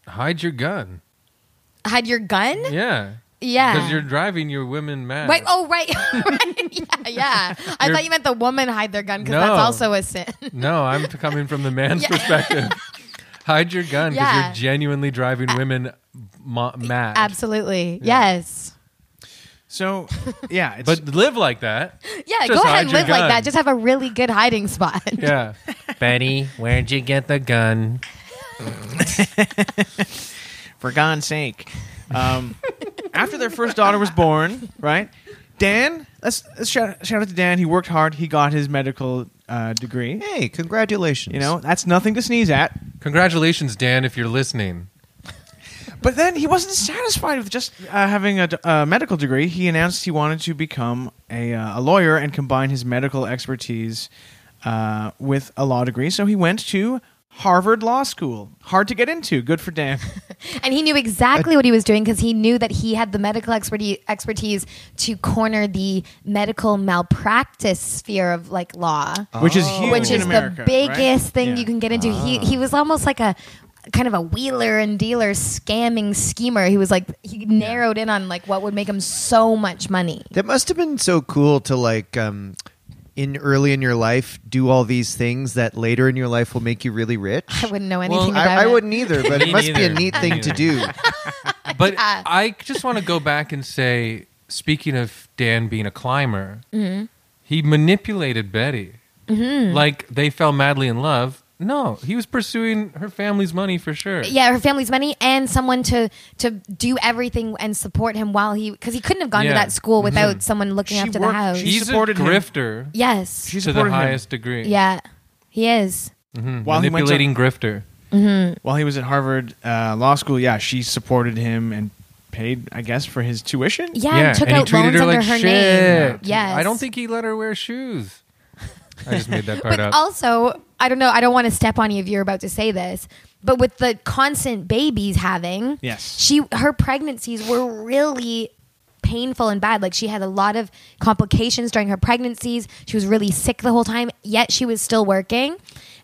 hide your gun. Hide your gun? Yeah. Because Yeah. you're driving your women mad. Right. Oh, right. right. Yeah, yeah. I You're- thought you meant the woman hide their gun because No. that's also a sin. No, I'm coming from the man's Yeah. perspective. Hide your gun because Yeah. you're genuinely driving women ma- mad. Absolutely. Yeah. Yes. So yeah, it's, But live like that. Yeah. Just go hide ahead and your live like gun. that. Just have a really good hiding spot. Yeah. Betty, where'd you get the gun? for God's sake. Um, after their first daughter was born, right? Dan, let's, let's shout, shout out to Dan. He worked hard. He got his medical uh, degree. Hey, congratulations. You know, that's nothing to sneeze at. Congratulations, Dan, if you're listening. But then he wasn't satisfied with just uh, having a, d- a medical degree. He announced he wanted to become a, uh, a lawyer and combine his medical expertise uh, with a law degree. So he went to Harvard Law School. Hard to get into. Good for Dan. And he knew exactly what he was doing because he knew that he had the medical expertise, expertise to corner the medical malpractice sphere of like law, Which is huge Oh. which in is America, the right? biggest thing Yeah. you can get into. He he was almost like a kind of a wheeler and dealer scamming schemer. He was like he narrowed in on like what would make him so much money. That must have been so cool to like um in early in your life do all these things that later in your life will make you really rich. I wouldn't know anything Well, about I, I it. wouldn't either, but it Me must be a neither. neat Me thing to do. But Yeah. I just want to go back and say, speaking of Dan being a climber, he manipulated Betty. Like they fell madly in love. No, he was pursuing her family's money for sure. yeah, her family's money and someone to to do everything and support him while he because he couldn't have gone Yeah. to that school Mm-hmm. without someone looking She after worked- the house. she- He's supported a him. grifter yes. She to the supported him highest degree. yeah. He is. while he, went Mm-hmm. Manipulating to, grifter. while he was at Harvard uh, Law School. Yeah, she supported him and paid, I guess, for his tuition. Yeah, and took he out loans under her name. Yes. I don't think he let her wear shoes. I just made that part But up. also, I don't know, I don't want to step on you if you're about to say this, but with the constant babies having, Yes. she her pregnancies were really painful and bad. Like she had a lot of complications during her pregnancies. She was really sick the whole time, yet she was still working.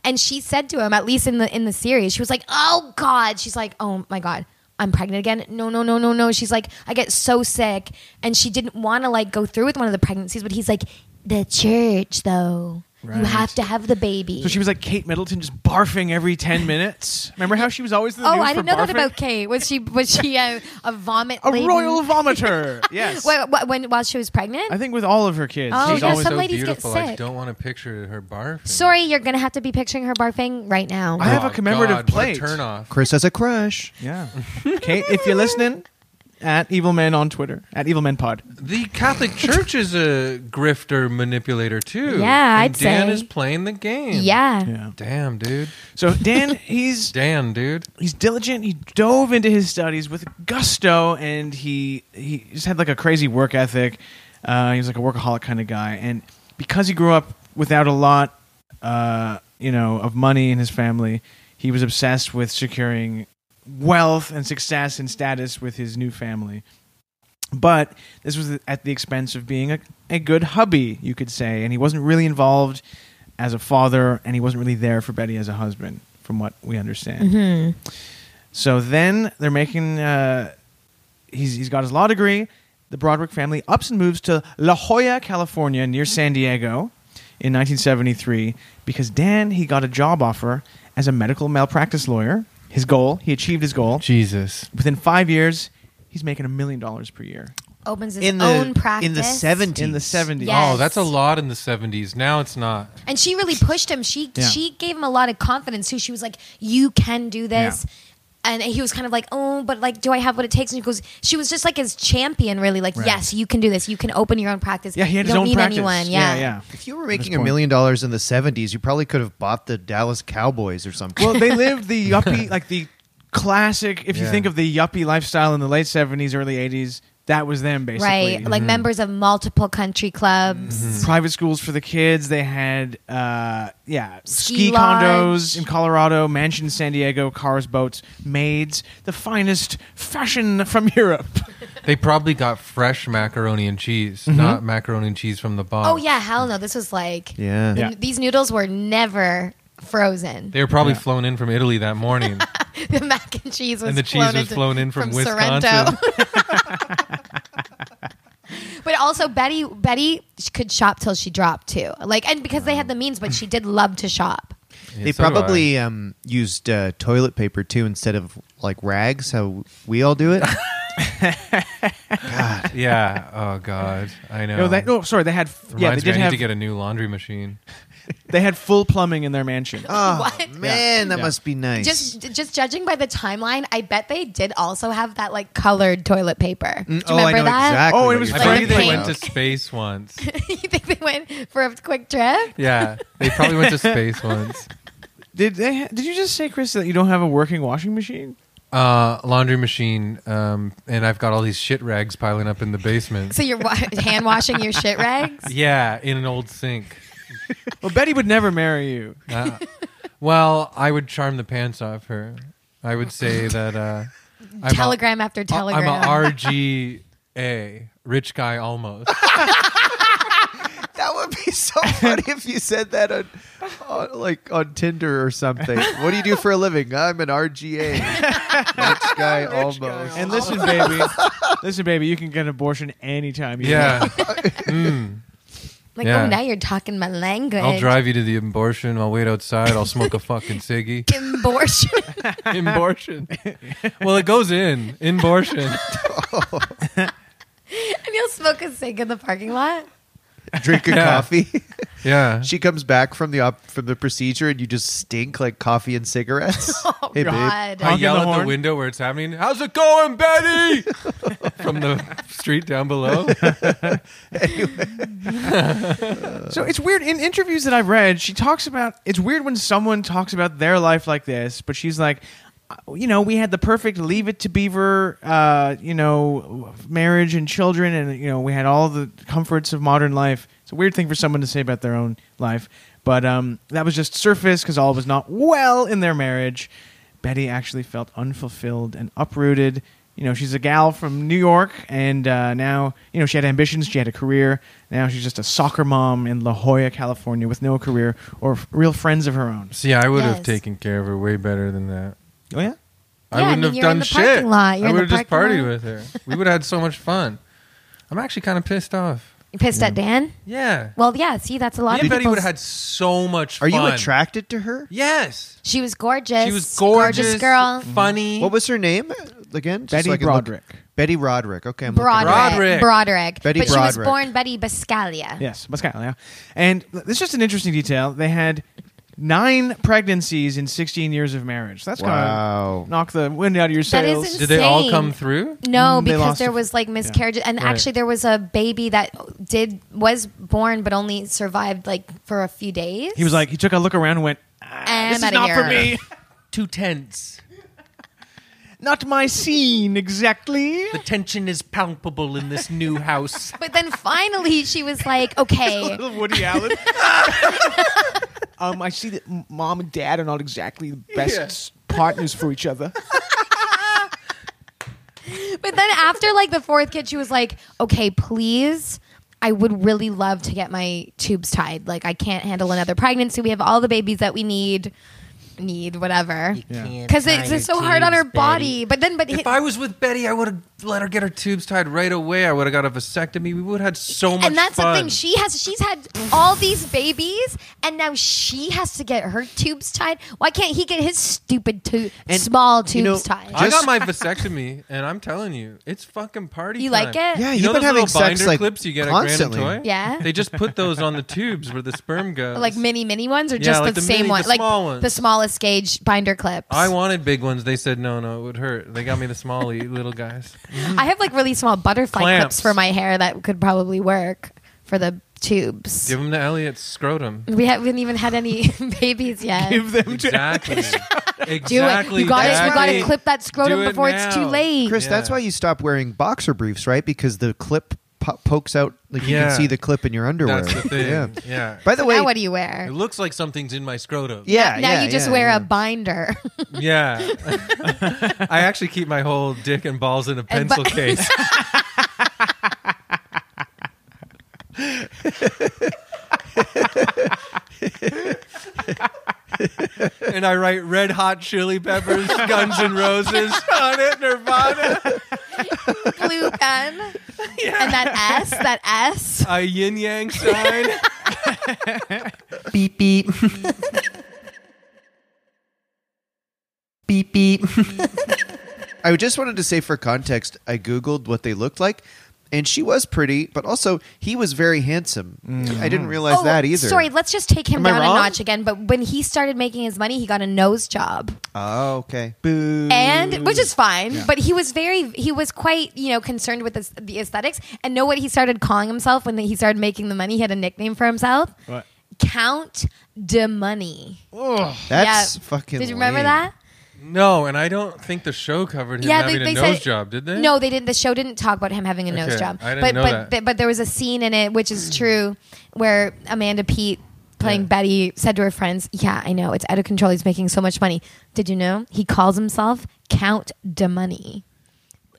And she said to him, at least in the in the series, she was like, "Oh God," she's like, "Oh my God." I'm pregnant again. No, no, no, no, no. She's like, I get so sick, and she didn't want to like go through with one of the pregnancies, but he's like, the church though. You Right. have to have the baby. So she was like Kate Middleton, just barfing every ten minutes. Remember how she was always in the Oh, news I for didn't know that barfing? about Kate. Was she was she a, a vomit? a laden- royal vomiter. yes, Wh- wh- when while she was pregnant. I think with all of her kids, Oh, she's yeah, always some so ladies get beautiful. I sick. don't want to picture her barfing. Sorry, you're gonna have to be picturing her barfing right now. I have a Oh, commemorative God, what a plate. Turn off. Chris has a crush. Yeah. Kate, if you're listening, at Evil Men on Twitter, at Evil Men Pod. The Catholic Church is a grifter manipulator too. Yeah, and I'd Dan say. is playing the game. yeah. Yeah. Damn, dude. So Dan, he's Dan, dude. he's diligent. He dove into his studies with gusto, and he he just had like a crazy work ethic. Uh, he was like a workaholic kind of guy, and because he grew up without a lot, uh, you know, of money in his family, he was obsessed with securing wealth and success and status with his new family. But this was at the expense of being a, a good hubby, you could say, and he wasn't really involved as a father, and he wasn't really there for Betty as a husband, from what we understand. So then they're making. Uh, he's he's got his law degree. The Broderick family ups and moves to La Jolla, California, near San Diego, in 1973 because Dan he got a job offer as a medical malpractice lawyer. His goal, he achieved his goal. Jesus. Within five years, he's making a million dollars per year Opens his In the own practice in the 70s. in the 70s. Yeah. Oh, that's a lot in the '70s. Now it's not. and she really pushed him. She Yeah. she gave him a lot of confidence too. She was like, "You can do this." And he was kind of like, oh, but like, do I have what it takes? And he goes, she was just like his champion, really. Like, Right. yes, you can do this. You can open your own practice. Yeah, he had you his don't own need practice. anyone. yeah, yeah. If you were making this a point. million dollars in the 70s, you probably could have bought the Dallas Cowboys or something. Well, they lived the yuppie, like the classic. If you Yeah. think of the yuppie lifestyle in the late seventies, early eighties, that was them basically. Mm-hmm. right? Like mm-hmm. members of multiple country clubs. private schools for the kids. They had, uh, yeah, Ski ski lodge. condos in Colorado, mansion in San Diego, cars, boats, maids, the finest fashion from Europe. They probably got fresh macaroni and cheese, not macaroni and cheese from the box. Mm-hmm. Oh yeah, hell no! This was like yeah. Yeah. these noodles were never frozen. They were probably Yeah. flown in from Italy that morning, the mac and cheese was and the cheese flown was into- flown in from, Wisconsin. Sorrento. but also Betty, Betty could shop till she dropped too. Like, and because they had the means, but she did love to shop. Yeah, They so do I. probably um, used uh, toilet paper too instead of like rags, how we all do it. Yeah. Oh God, I know. Oh, No, Oh, they, no, sorry, they had. yeah, they Reminds did me, I have. need to get a new laundry machine. They had full plumbing in their mansion. Oh What? man, that Yeah. must be nice. Just just judging by the timeline, I bet they did also have that like colored toilet paper. Do you oh, I remember know that? exactly. Oh, what it was you're I Like a believe talking they pink. went about. to space once. you think they went for a quick trip? Yeah, they probably went to space once. Did they? Ha- did you just say, Chris, that you don't have a working washing machine? Uh, laundry machine, um, and I've got all these shit rags piling up in the basement. So you're wa- hand washing your shit rags. Yeah, in an old sink. Well, Betty would never marry you. Uh, well, I would charm the pants off her. I would say that uh, I'm a- telegram after telegram. I'm a RGA, rich guy almost. That would be so funny if you said that on, on like on Tinder or something. What do you do for a living? I'm an RGA. Next guy almost. And listen, baby, listen, baby, you can get an abortion anytime. You yeah, like, Yeah. oh, now you're talking my language. I'll drive you to the abortion. I'll wait outside. I'll smoke a fucking ciggy. Abortion. Abortion. Well, it goes in. Abortion. and you'll smoke a cig in the parking lot. Drink a Yeah. coffee. Yeah. she comes back from the op- from the procedure, and you just stink like coffee and cigarettes. Oh hey, babe. God. I Honking yell the at the horn. window where it's happening. How's it going, Betty? From the street down below. know? So it's weird. In interviews that I've read, she talks about it's weird when someone talks about their life like this, but she's like, uh, you know, we had the perfect leave it to beaver, uh, you know, marriage and children, and you know, we had all the comforts of modern life. It's a weird thing for someone to say about their own life, but um, that was just surface because all was not well in their marriage. Betty actually felt unfulfilled and uprooted. You know, she's a gal from New York, and uh, now, you know, she had ambitions, she had a career. Now she's just a soccer mom in La Jolla, California, with no career or f- real friends of her own. See, I would have Yes. taken care of her way better than that. Oh, yeah? I Yeah, I wouldn't mean, have you're in done the parking shit. lot. You're I in the would have just parking partied lot. with her. We would have had so much fun. I'm actually kind of pissed off. You pissed at Dan? Yeah. Well, yeah. See, that's a lot Me of and Betty people. would have had so much Are fun. you attracted to her? Yes. she was gorgeous. She was gorgeous, girl. funny. What was her name again? Just Betty so I can look- Broderick. Betty Roderick. Okay, I'm looking it up. Broderick. Broderick. Betty but she was Broderick. born Betty Bascalia. Yes, Pascal, yeah. And th- this is just an interesting detail. They had nine pregnancies in 16 years of marriage. So that's Wow. going to knock the wind out of your That is sails. Did they all Insane. come through? No, Mm, they because lost there a- was like miscarriages, and Right. actually there was a baby that did was born but only survived like for a few days. he was like, he took a look around and went, ah, I'm this is outta not for here. me. Too tense. Not my scene, exactly. The tension is palpable in this new house. But then finally she was like, okay, Woody Allen. um, I see that m- mom and dad are not exactly the best s- partners for each other. But then after like the fourth kid, she was like, okay, please. I would really love to get my tubes tied. Like I can't handle another pregnancy. We have all the babies that we need, need whatever. Because it's just so hard on her body. But then, but If hi- I was with Betty, I would have let her get her tubes tied right away. I would have got a vasectomy. We would have had so much and that's fun. the thing. She has. She's had all these babies, and now she has to get her tubes tied. Why can't he get his stupid tu- And, small tubes you know, tied? I got Just- my vasectomy, and I'm telling you, it's fucking party. You time. like it? You Yeah, you've know been those having little sex binder like clips you get constantly. at Grand and Toy? Yeah. They just put those on the tubes where the sperm goes. like mini mini ones, or Yeah, just like the, the same mini- one, the like small ones. the smallest gauge binder clips. I wanted big ones. They said no, no, it would hurt. They got me the smally little guys. I have like really small butterfly Clamps. clips for my hair that could probably work for the tubes. Give them to Elliot's scrotum. we haven't even had any babies yet. them Exactly. Do exactly. it. You got it. You got exactly. to clip that scrotum Do it before it's too now. late. Chris, that's Yeah. why you stop wearing boxer briefs, right? Because the clip po- pokes out, like you Yeah. can see the clip in your underwear. That's the thing. Yeah. Yeah. By the way, now what do you It wear? looks like something's in my scrotum. yeah, now yeah, you just yeah, wear yeah. a binder. Yeah. I actually keep my whole dick and balls in a And pencil bu- case. and I write red hot chili peppers, guns and roses on it, Nirvana. Blue pen. And that S, that S. A yin yang sign. beep beep beep beep I just wanted to say for context, I googled what they looked like, and she was pretty, but also he was very handsome. Mm-hmm. I didn't realize Oh, that either. Sorry, let's just take him Am I down a wrong? notch again. But when he started making his money, he got a nose job, Oh, okay. Boo. and which is fine. But he was very, he was quite, you know, concerned with this, the aesthetics. And know what he started calling himself when he started making the money? He had a nickname for himself, What? Count de Money. That's Yeah. fucking. Did you remember lame. that? No, and I don't think the show covered him having a nose job, did they? No, they didn't. The show didn't talk about him having a nose Okay, job. I didn't but know but that. th- but there was a scene in it which is true where Amanda Pete playing Yeah. Betty said to her friends, "Yeah, I know. It's out of control. He's making so much money. Did you know he calls himself Count de Money?"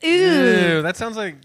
Ooh. Ew, that sounds like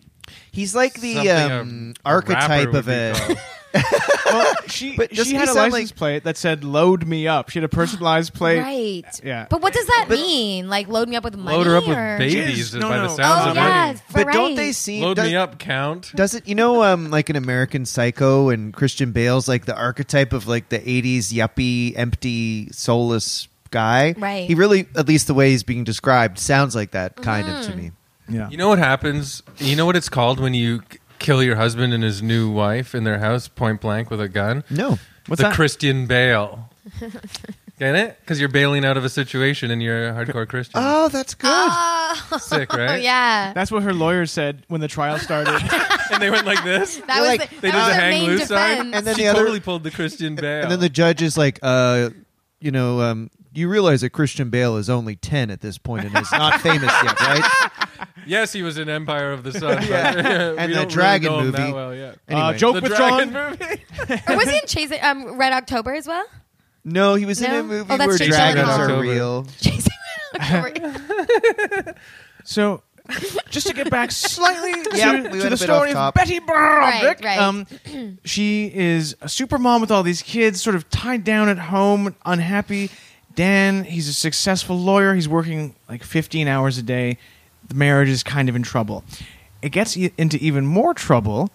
He's like the something a- um, a archetype rapper would of be a. called. well, she But doesn't she he had a sound license like- plate that said "Load me up." She had a personalized plate. Right. Yeah. But what does that mean? Like load me up with money Load her up with or- babies Jizz. No, by no. the sounds Oh of yeah, it. But don't right. Oh, they see? Load does- me up, count. Does it? You know, um, like an American Psycho and Christian Bale's like the archetype of like the '80s yuppie, empty, soulless guy. Right. He really, at least the way he's being described, sounds like that kind of Mm. to me. Yeah. You know what happens? You know what it's called when you k- kill your husband and his new wife in their house point blank with a gun? No. What's the that? Christian bail. Get it? Because you're bailing out of a situation and you're a hardcore Christian. Oh, that's good. Ah. Sick, Oh right? yeah. That's what her lawyer said when the trial started. Uh, And they went like this. That You're was like- the, They did that the was their hang main loose sign, defense. and And then then she the other- totally pulled the Christian bail. And then the judge is like, uh, you know, um, you realize that Christian Bale is only 10 at this point and is not famous yet, right? yes, he was in Empire of the Sun. Yeah. but, yeah, we And the don't really Dragon know him that movie. well yet. uh, Anyway. joke The withdrawn. Dragon movie. or was he in Chasing um, Red October as well? No, he was in No? a movie Oh, that's where Jake dragons Gyllenhaal. are October. real. Chasing Red October. So, just to get back slightly Yeah, we to, to went a the bit story off of top. Betty Broderick, Right, right. Um, she is a super mom with all these kids, sort of tied down at home, unhappy. Dan, he's a successful lawyer. He's working like 15 hours a day. The marriage is kind of in trouble. It gets e- into even more trouble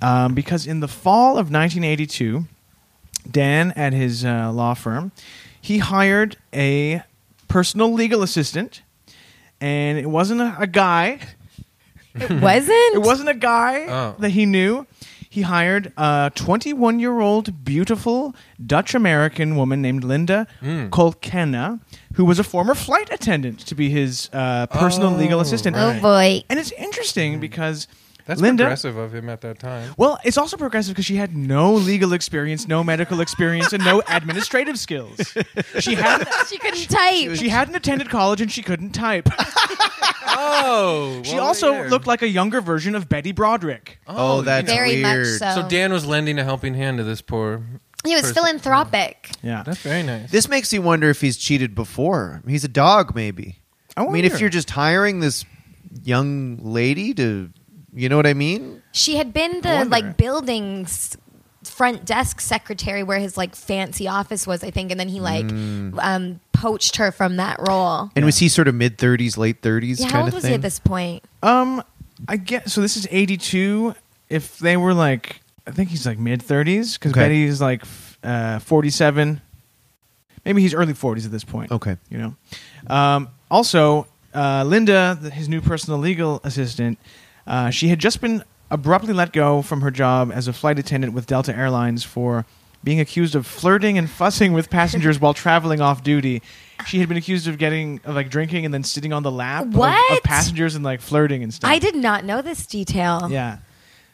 um, because in the fall of 1982, Dan at his uh, law firm, he hired a personal legal assistant, and it wasn't a, a guy. It wasn't. It wasn't a guy Oh. that he knew. He hired a 21 year old beautiful Dutch American woman named Linda Hmm. Kolkenna, who was a former flight attendant, to be his uh, personal Oh, legal assistant. right. Hmm. Oh boy. And it's interesting because That's Linda. progressive of him at that time. Well, it's also progressive because she had no legal experience, no medical experience, and no administrative skills. She hadn't, She couldn't type. she hadn't attended college and she couldn't type. Oh, She also looked like a younger version of Betty Broderick. Oh, that's Very much weird. so. So Dan was lending a helping hand to this poor. he was person. philanthropic. Yeah. That's very nice. This makes you wonder if he's cheated before. He's a dog, maybe. I mean, if wonder. you're just hiring this young lady to, you know what I mean? She had been I the wonder. like buildings front desk secretary where his like fancy office was, I think, and then he like um, poached her from that role. And was he sort of mid 30s, late 30s Yeah, kind how old of was thing? he at this point? Um, I guess so. This is eighty-two. If they were like, I think he's like mid thirties because Okay. Betty's like f- uh, forty-seven. Maybe he's early forties at this point. Okay. you know. Um, also, uh, Linda, th- his new personal legal assistant, uh, she had just been abruptly let go from her job as a flight attendant with Delta Airlines for being accused of flirting and fussing with passengers while traveling off duty. She had been accused of getting of like drinking and then sitting on the lap of- Of, What? passengers and like flirting and stuff. I did not know this detail. Yeah.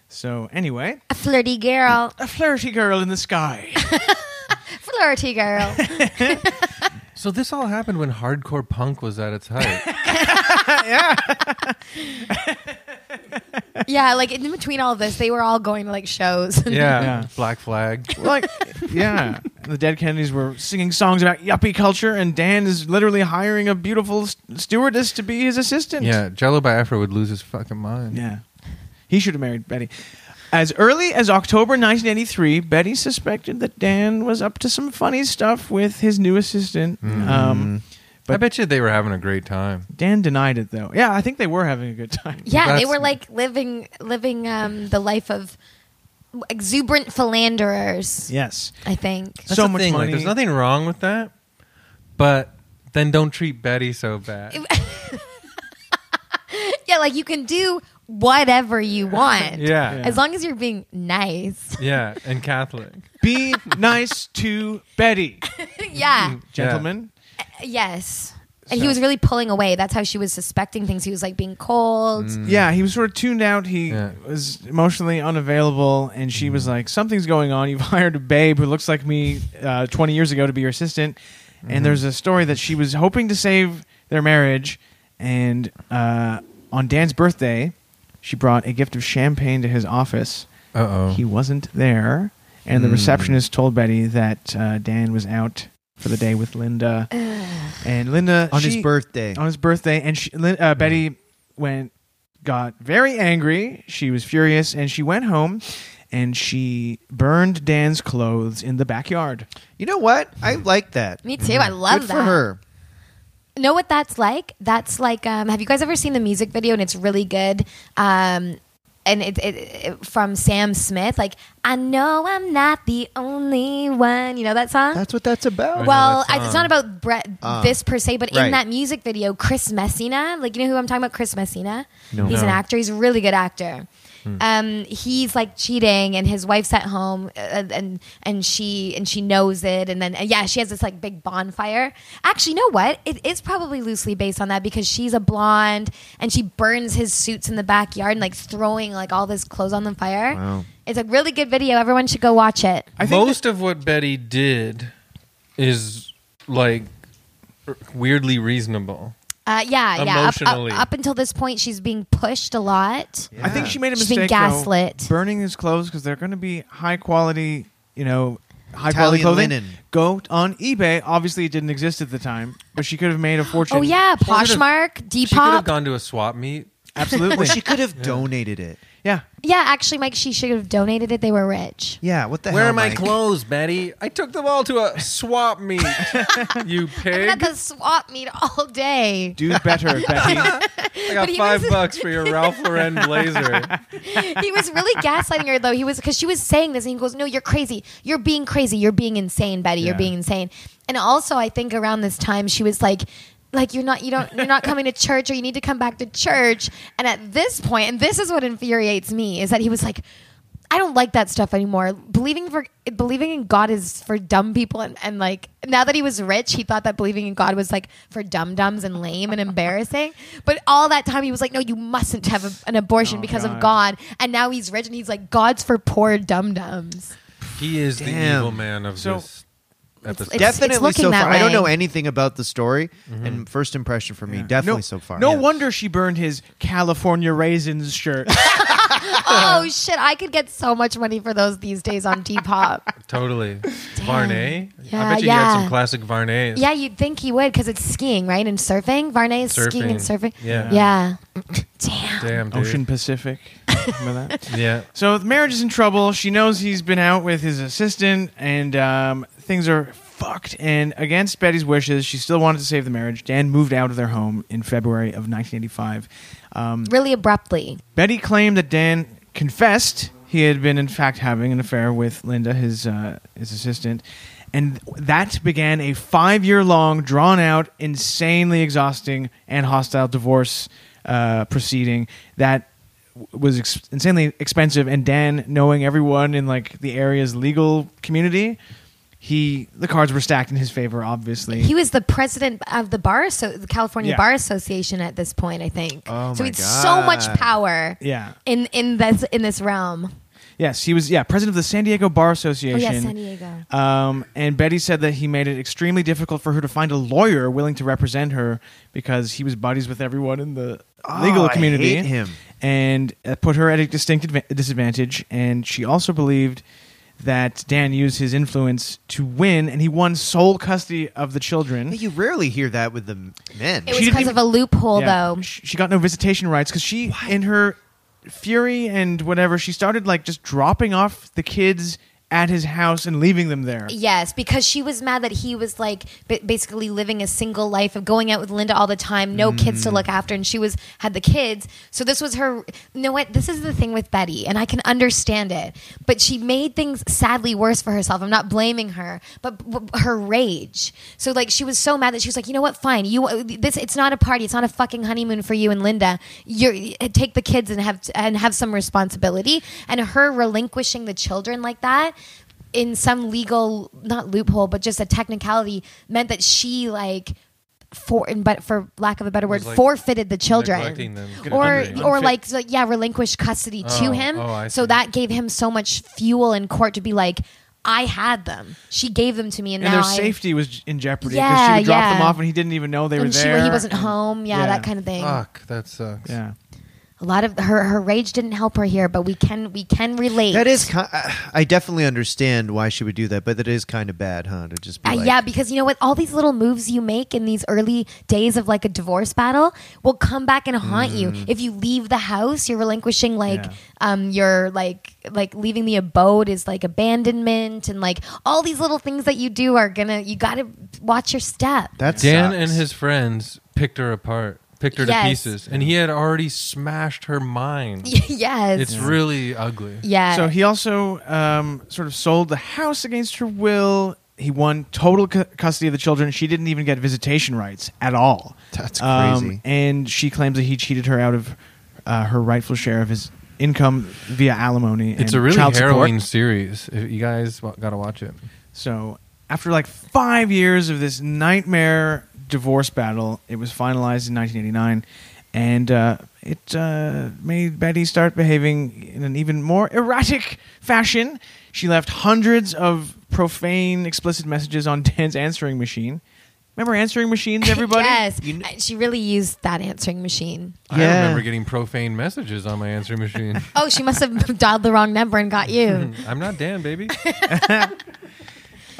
So anyway, A flirty girl. a flirty girl in the sky. Flirty girl. So this all happened when hardcore punk was at its height. yeah, like in between all this, they were all going to like shows. yeah. Yeah. Black Flag. like, yeah. The Dead Kennedys were singing songs about yuppie culture, and Dan is literally hiring a beautiful st- stewardess to be his assistant. Yeah, Jello Biafra would lose his fucking mind. Yeah. He should have married Betty. As early as October 1983, Betty suspected that Dan was up to some funny stuff with his new assistant. Um, I but bet you they were having a great time. Dan denied it, though. Yeah, I think they were having a good time. Yeah, they That's- were like living living um, the life of exuberant philanderers. Yes. I think. So the much thing, like, money. there's nothing wrong with that, but then don't treat Betty so bad. Yeah, like you can do whatever you want. Yeah. As long as you're being nice. Yeah, and Catholic. Be nice to Betty, yeah. Mm-hmm. gentlemen. Yes. And he was really pulling away. That's how she was suspecting things. He was like being cold. Mm-hmm. Yeah, he was sort of tuned out. He Yeah. was emotionally unavailable, and she Mm-hmm. was like, "Something's going on. You've hired a babe who looks like me uh, 20 years ago to be your assistant." Mm-hmm. And there's a story that she was hoping to save their marriage, and uh, on Dan's birthday, she brought a gift of champagne to his office. Uh He wasn't there, and Hmm. the Mm. receptionist told Betty that uh, Dan was out for the day with Linda, and Linda on his she- birthday. on his birthday, and she, Lin- uh, Betty went got very angry. She was furious, and she went home and she burned Dan's clothes in the backyard. You know what? I like that. Me too. I love Good that. for her. Know what that's like? That's like, um, have you guys ever seen the music video? And it's really good. Um, and it, it, it from Sam Smith, like I know I'm not the only one. You know that song? That's what that's about. Right. well, that I, it's song. not about Brett Ah, this per se, but right. in that music video, Chris Messina, like you know who I'm talking about, Chris Messina. No. He's an No. actor. He's a really good actor. Um, he's like cheating, and his wife's at home, uh, and and she and she knows it, and then uh, yeah, she has this like big bonfire. Actually, you know what? It is probably loosely based on that because she's a blonde, and she burns his suits in the backyard and like throwing like all this clothes on the fire. Wow. It's a really good video. Everyone should go watch it. oh. Most of what Betty did is like r- weirdly reasonable. Uh, yeah, yeah. Up- Up, Emotionally. up, until this point, she's being pushed a lot. I think she made a She's been mistake. though, gaslit. burning his clothes because they're going to be high quality, you know, high quality Italian clothing. linen. Go on eBay. Obviously, it didn't exist at the time, but she could have made a fortune. Oh yeah, could've- Poshmark, She could have Depop. gone to a swap meet. absolutely. Well, she could have donated it. yeah, yeah, actually, Mike, she should have donated it. They were rich. Yeah. Oh What the Where hell? are my Mike? clothes, Betty? I took them all to a swap meet. you I'm at pig. the swap meet all day. do better, Betty. I but got he five was- bucks for your Ralph Lauren blazer. he was really gaslighting her though. He was because she was saying this, and he goes, "No, you're crazy. You're being crazy. You're being insane, Betty. You're Yeah. being insane." And also, I think around this time, she was like. Like you're not you don't you're not coming to church or you need to come back to church. And at this point, and this is what infuriates me, is that he was like, I don't like that stuff anymore. Believing for believing in God is for dumb people and, and like now that he was rich, he thought that believing in God was like for dum dums and lame and embarrassing. But all that time he was like, No, you mustn't have a, an abortion Oh, because of God. God. God, and now he's rich, and he's like, God's for poor dum dums. He is the Damn. evil man of So- this episode. it's- Definitely looking so that far. I don't way. know anything about the story, and first impression for me, definitely so far. No Mm-hmm. Yeah. wonder she burned his California raisins shirt. oh shit, I could get so much money for those these days on Depop. Totally. Varney. I Yeah, bet you he had some yeah. classic Varneys. yeah, you'd think he would because it's skiing, right? And surfing. Varney is skiing and surfing. Yeah. Yeah. Damn. Damn, dude. Ocean Pacific. Remember that? Yeah. So the marriage is in trouble. She knows he's been out with his assistant, and um, things are fucked. And against Betty's wishes, she still wanted to save the marriage. Dan moved out of their home in February of 1985. Um, Really abruptly. Betty claimed that Dan confessed he had been, in fact, having an affair with Linda, his uh, his assistant, and that began a five year long, drawn out, insanely exhausting and hostile divorce uh, proceeding that w- was ex- insanely expensive. And Dan, knowing everyone in like the area's legal community, he the cards were stacked in his favor. Obviously, He was the president of the bar, so the California Yeah. Bar Association at this point, I think. Oh, so my he had so much God. power yeah, in in this in this realm. yes, he was yeah president of the San Diego Bar Oh Association. yeah, San Diego. Um, and Betty said that he made it extremely difficult for her to find a lawyer willing to represent her because he was buddies with everyone in the Oh, legal I community. hate him. And uh, put her at a distinct adva- disadvantage. And she also believed that Dan used his influence to win, and he won sole custody of the children. You rarely hear that with the m- men. She It was didn't because even- of a loophole Yeah. though. Sh- She got no visitation rights because she, in her fury and whatever, she started like just dropping off the kids at his house and leaving them there. Yes, because she was mad that he was like b- basically living a single life of going out with Linda all the time, no kids to look after, and she was had the kids. So this was her. You know what? This is the thing with Betty, and I can understand it, but she made things sadly worse for herself. I'm not blaming her, but b- b- her rage. So like she was so mad that she was like, you know what? Fine, you uh, this. It's not a party. It's not a fucking honeymoon for you and Linda. You take the kids and have and have some responsibility. And her relinquishing the children like that in some legal not loophole but just a technicality meant that she like for but for lack of a better word like forfeited the children neglecting them. or Unfit. or like so, yeah relinquished custody to Oh, him oh, I so see. that gave him so much fuel in court to be like I had them she gave them to me and, And now their I- safety was in jeopardy because she Yeah, would drop them yeah. off and he didn't even know they were and she, there. he wasn't And- home yeah, yeah. that kind of thing Fuck, that sucks. Yeah. a lot of her her rage didn't help her here but we can we can relate That is, ki- uh, I I definitely understand why she would do that, but that is kind of bad, huh? To just be Uh, like, yeah, because you know what? All these little moves you make in these early days of like a divorce battle will come back and haunt you. If you leave the house, you're relinquishing like Mm-hmm. Yeah. um your like like leaving the abode is like abandonment and like all these little things that you do are gonna you gotta watch your step. that Dan sucks. and his friends picked her apart, picked her Yes. to pieces, and he had already smashed her mind. yes. It's really ugly. yeah. So he also um, sort of sold the house against her will. He won total cu- custody of the children. She didn't even get visitation rights at all. That's Um, crazy. and she claims that he cheated her out of uh, her rightful share of his income via alimony. It's and a really child support. harrowing series. If You guys wa- gotta watch it. So after like five years of this nightmare divorce battle, it was finalized in 1989, and uh, it uh, made Betty start behaving in an even more erratic fashion. She left hundreds of profane, explicit messages on Dan's answering machine. Remember answering machines, everybody? yes. Uh, she really used that answering machine. I Yeah. remember getting profane messages on my answering machine. Oh, she must have dialed the wrong number and got you. I'm not Dan, baby.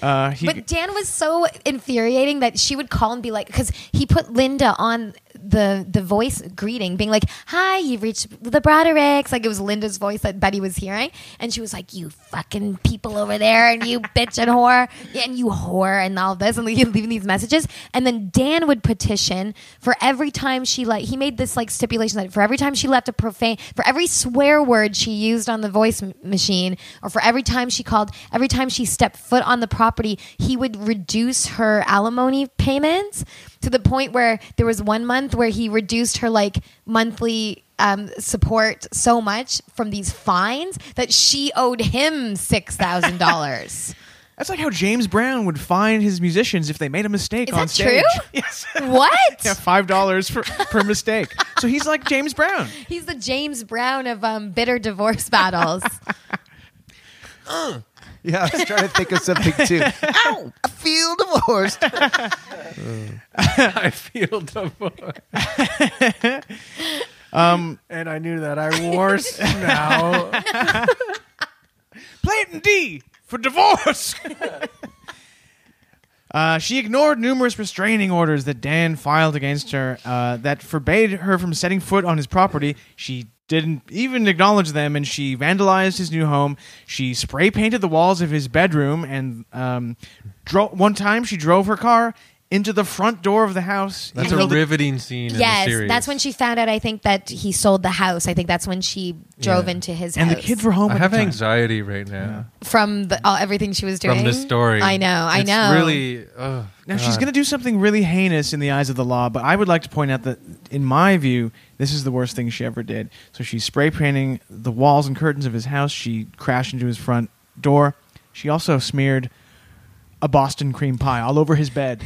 Uh, he, But Dan was so infuriating that she would call and be like, because he put Linda on the the voice greeting, being like, "Hi, you've reached the Brodericks." Like it was Linda's voice that Betty was hearing, and she was like, "You fucking people over there, and you bitch and whore, yeah, and you whore, and all this," and like, leaving these messages. And then Dan would petition for every time she like he made this like stipulation that for every time she left a profane, for every swear word she used on the voice m- machine, or for every time she called, every time she stepped foot on the property, he would reduce her alimony payments to the point where there was one month where he reduced her like monthly um, support so much from these fines that she owed him six thousand dollars. that's like how James Brown would fine his musicians if they made a mistake Is on that stage. true? Yes. what? yeah, five dollars for per mistake. So he's like James Brown. He's the James Brown of um, bitter divorce battles. yeah, I was trying to think of something too. Ow, I feel divorced. I feel divorced. um, and I knew that I wore now. Platon D for divorce. Uh, she ignored numerous restraining orders that Dan filed against her uh, that forbade her from setting foot on his property. She didn't even acknowledge them, and she vandalized his new home. She spray painted the walls of his bedroom, and um, dro- one time she drove her car into the front door of the house. That's even a though the- riveting scene in the yes, series. that's when she found out. I think that he sold the house. I think that's when she drove into his and the house kids were home. I at the have time. anxiety right now from the, all, everything she was doing from this story. I know. I It's know. Really, oh, Now she's God. going to do something really heinous in the eyes of the law, but I would like to point out that, in my view, this is the worst thing she ever did. So she's spray painting the walls and curtains of his house. She crashed into his front door. She also smeared a Boston cream pie all over his bed.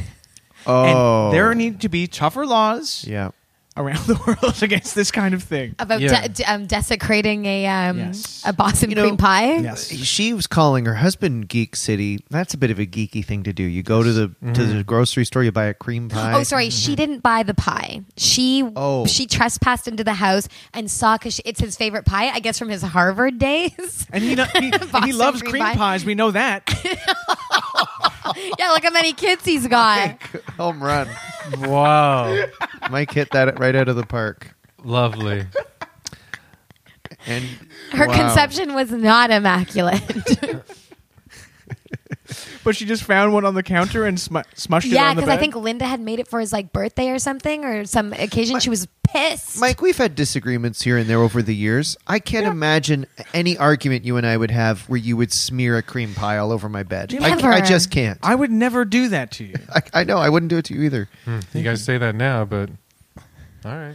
Oh, And there need to be tougher laws yeah. around the world against this kind of thing. about Yeah. de- de- um, desecrating a um, Yes. a Boston You know- cream pie. Yes. She was calling her husband Geek City. That's a bit of a geeky thing to do. You go to the to Mm-hmm. the grocery store, you buy a cream pie. Oh, sorry. She didn't buy the pie. She Mm-hmm. Oh. she trespassed into the house and saw because it's his favorite pie. I guess from his Harvard days. And he, no- he, and he Boston loves cream cream pie. pies. We know that. yeah, look how many kids he's got. Home run. wow, Mike hit that right out of the park. lovely. And Her wow. conception was not immaculate. but she just found one on the counter and sm- smushed it yeah, on the because I bed. think Linda had made it for his like birthday or something or some occasion. she was pissed. Mike, we've had disagreements here and there over the years. I can't imagine any argument you and I would have where you would smear a cream pie all over my bed. I, Never. I just can't. I, I would never do that to you. I know. I wouldn't do it to you either. You guys say that now, but all right.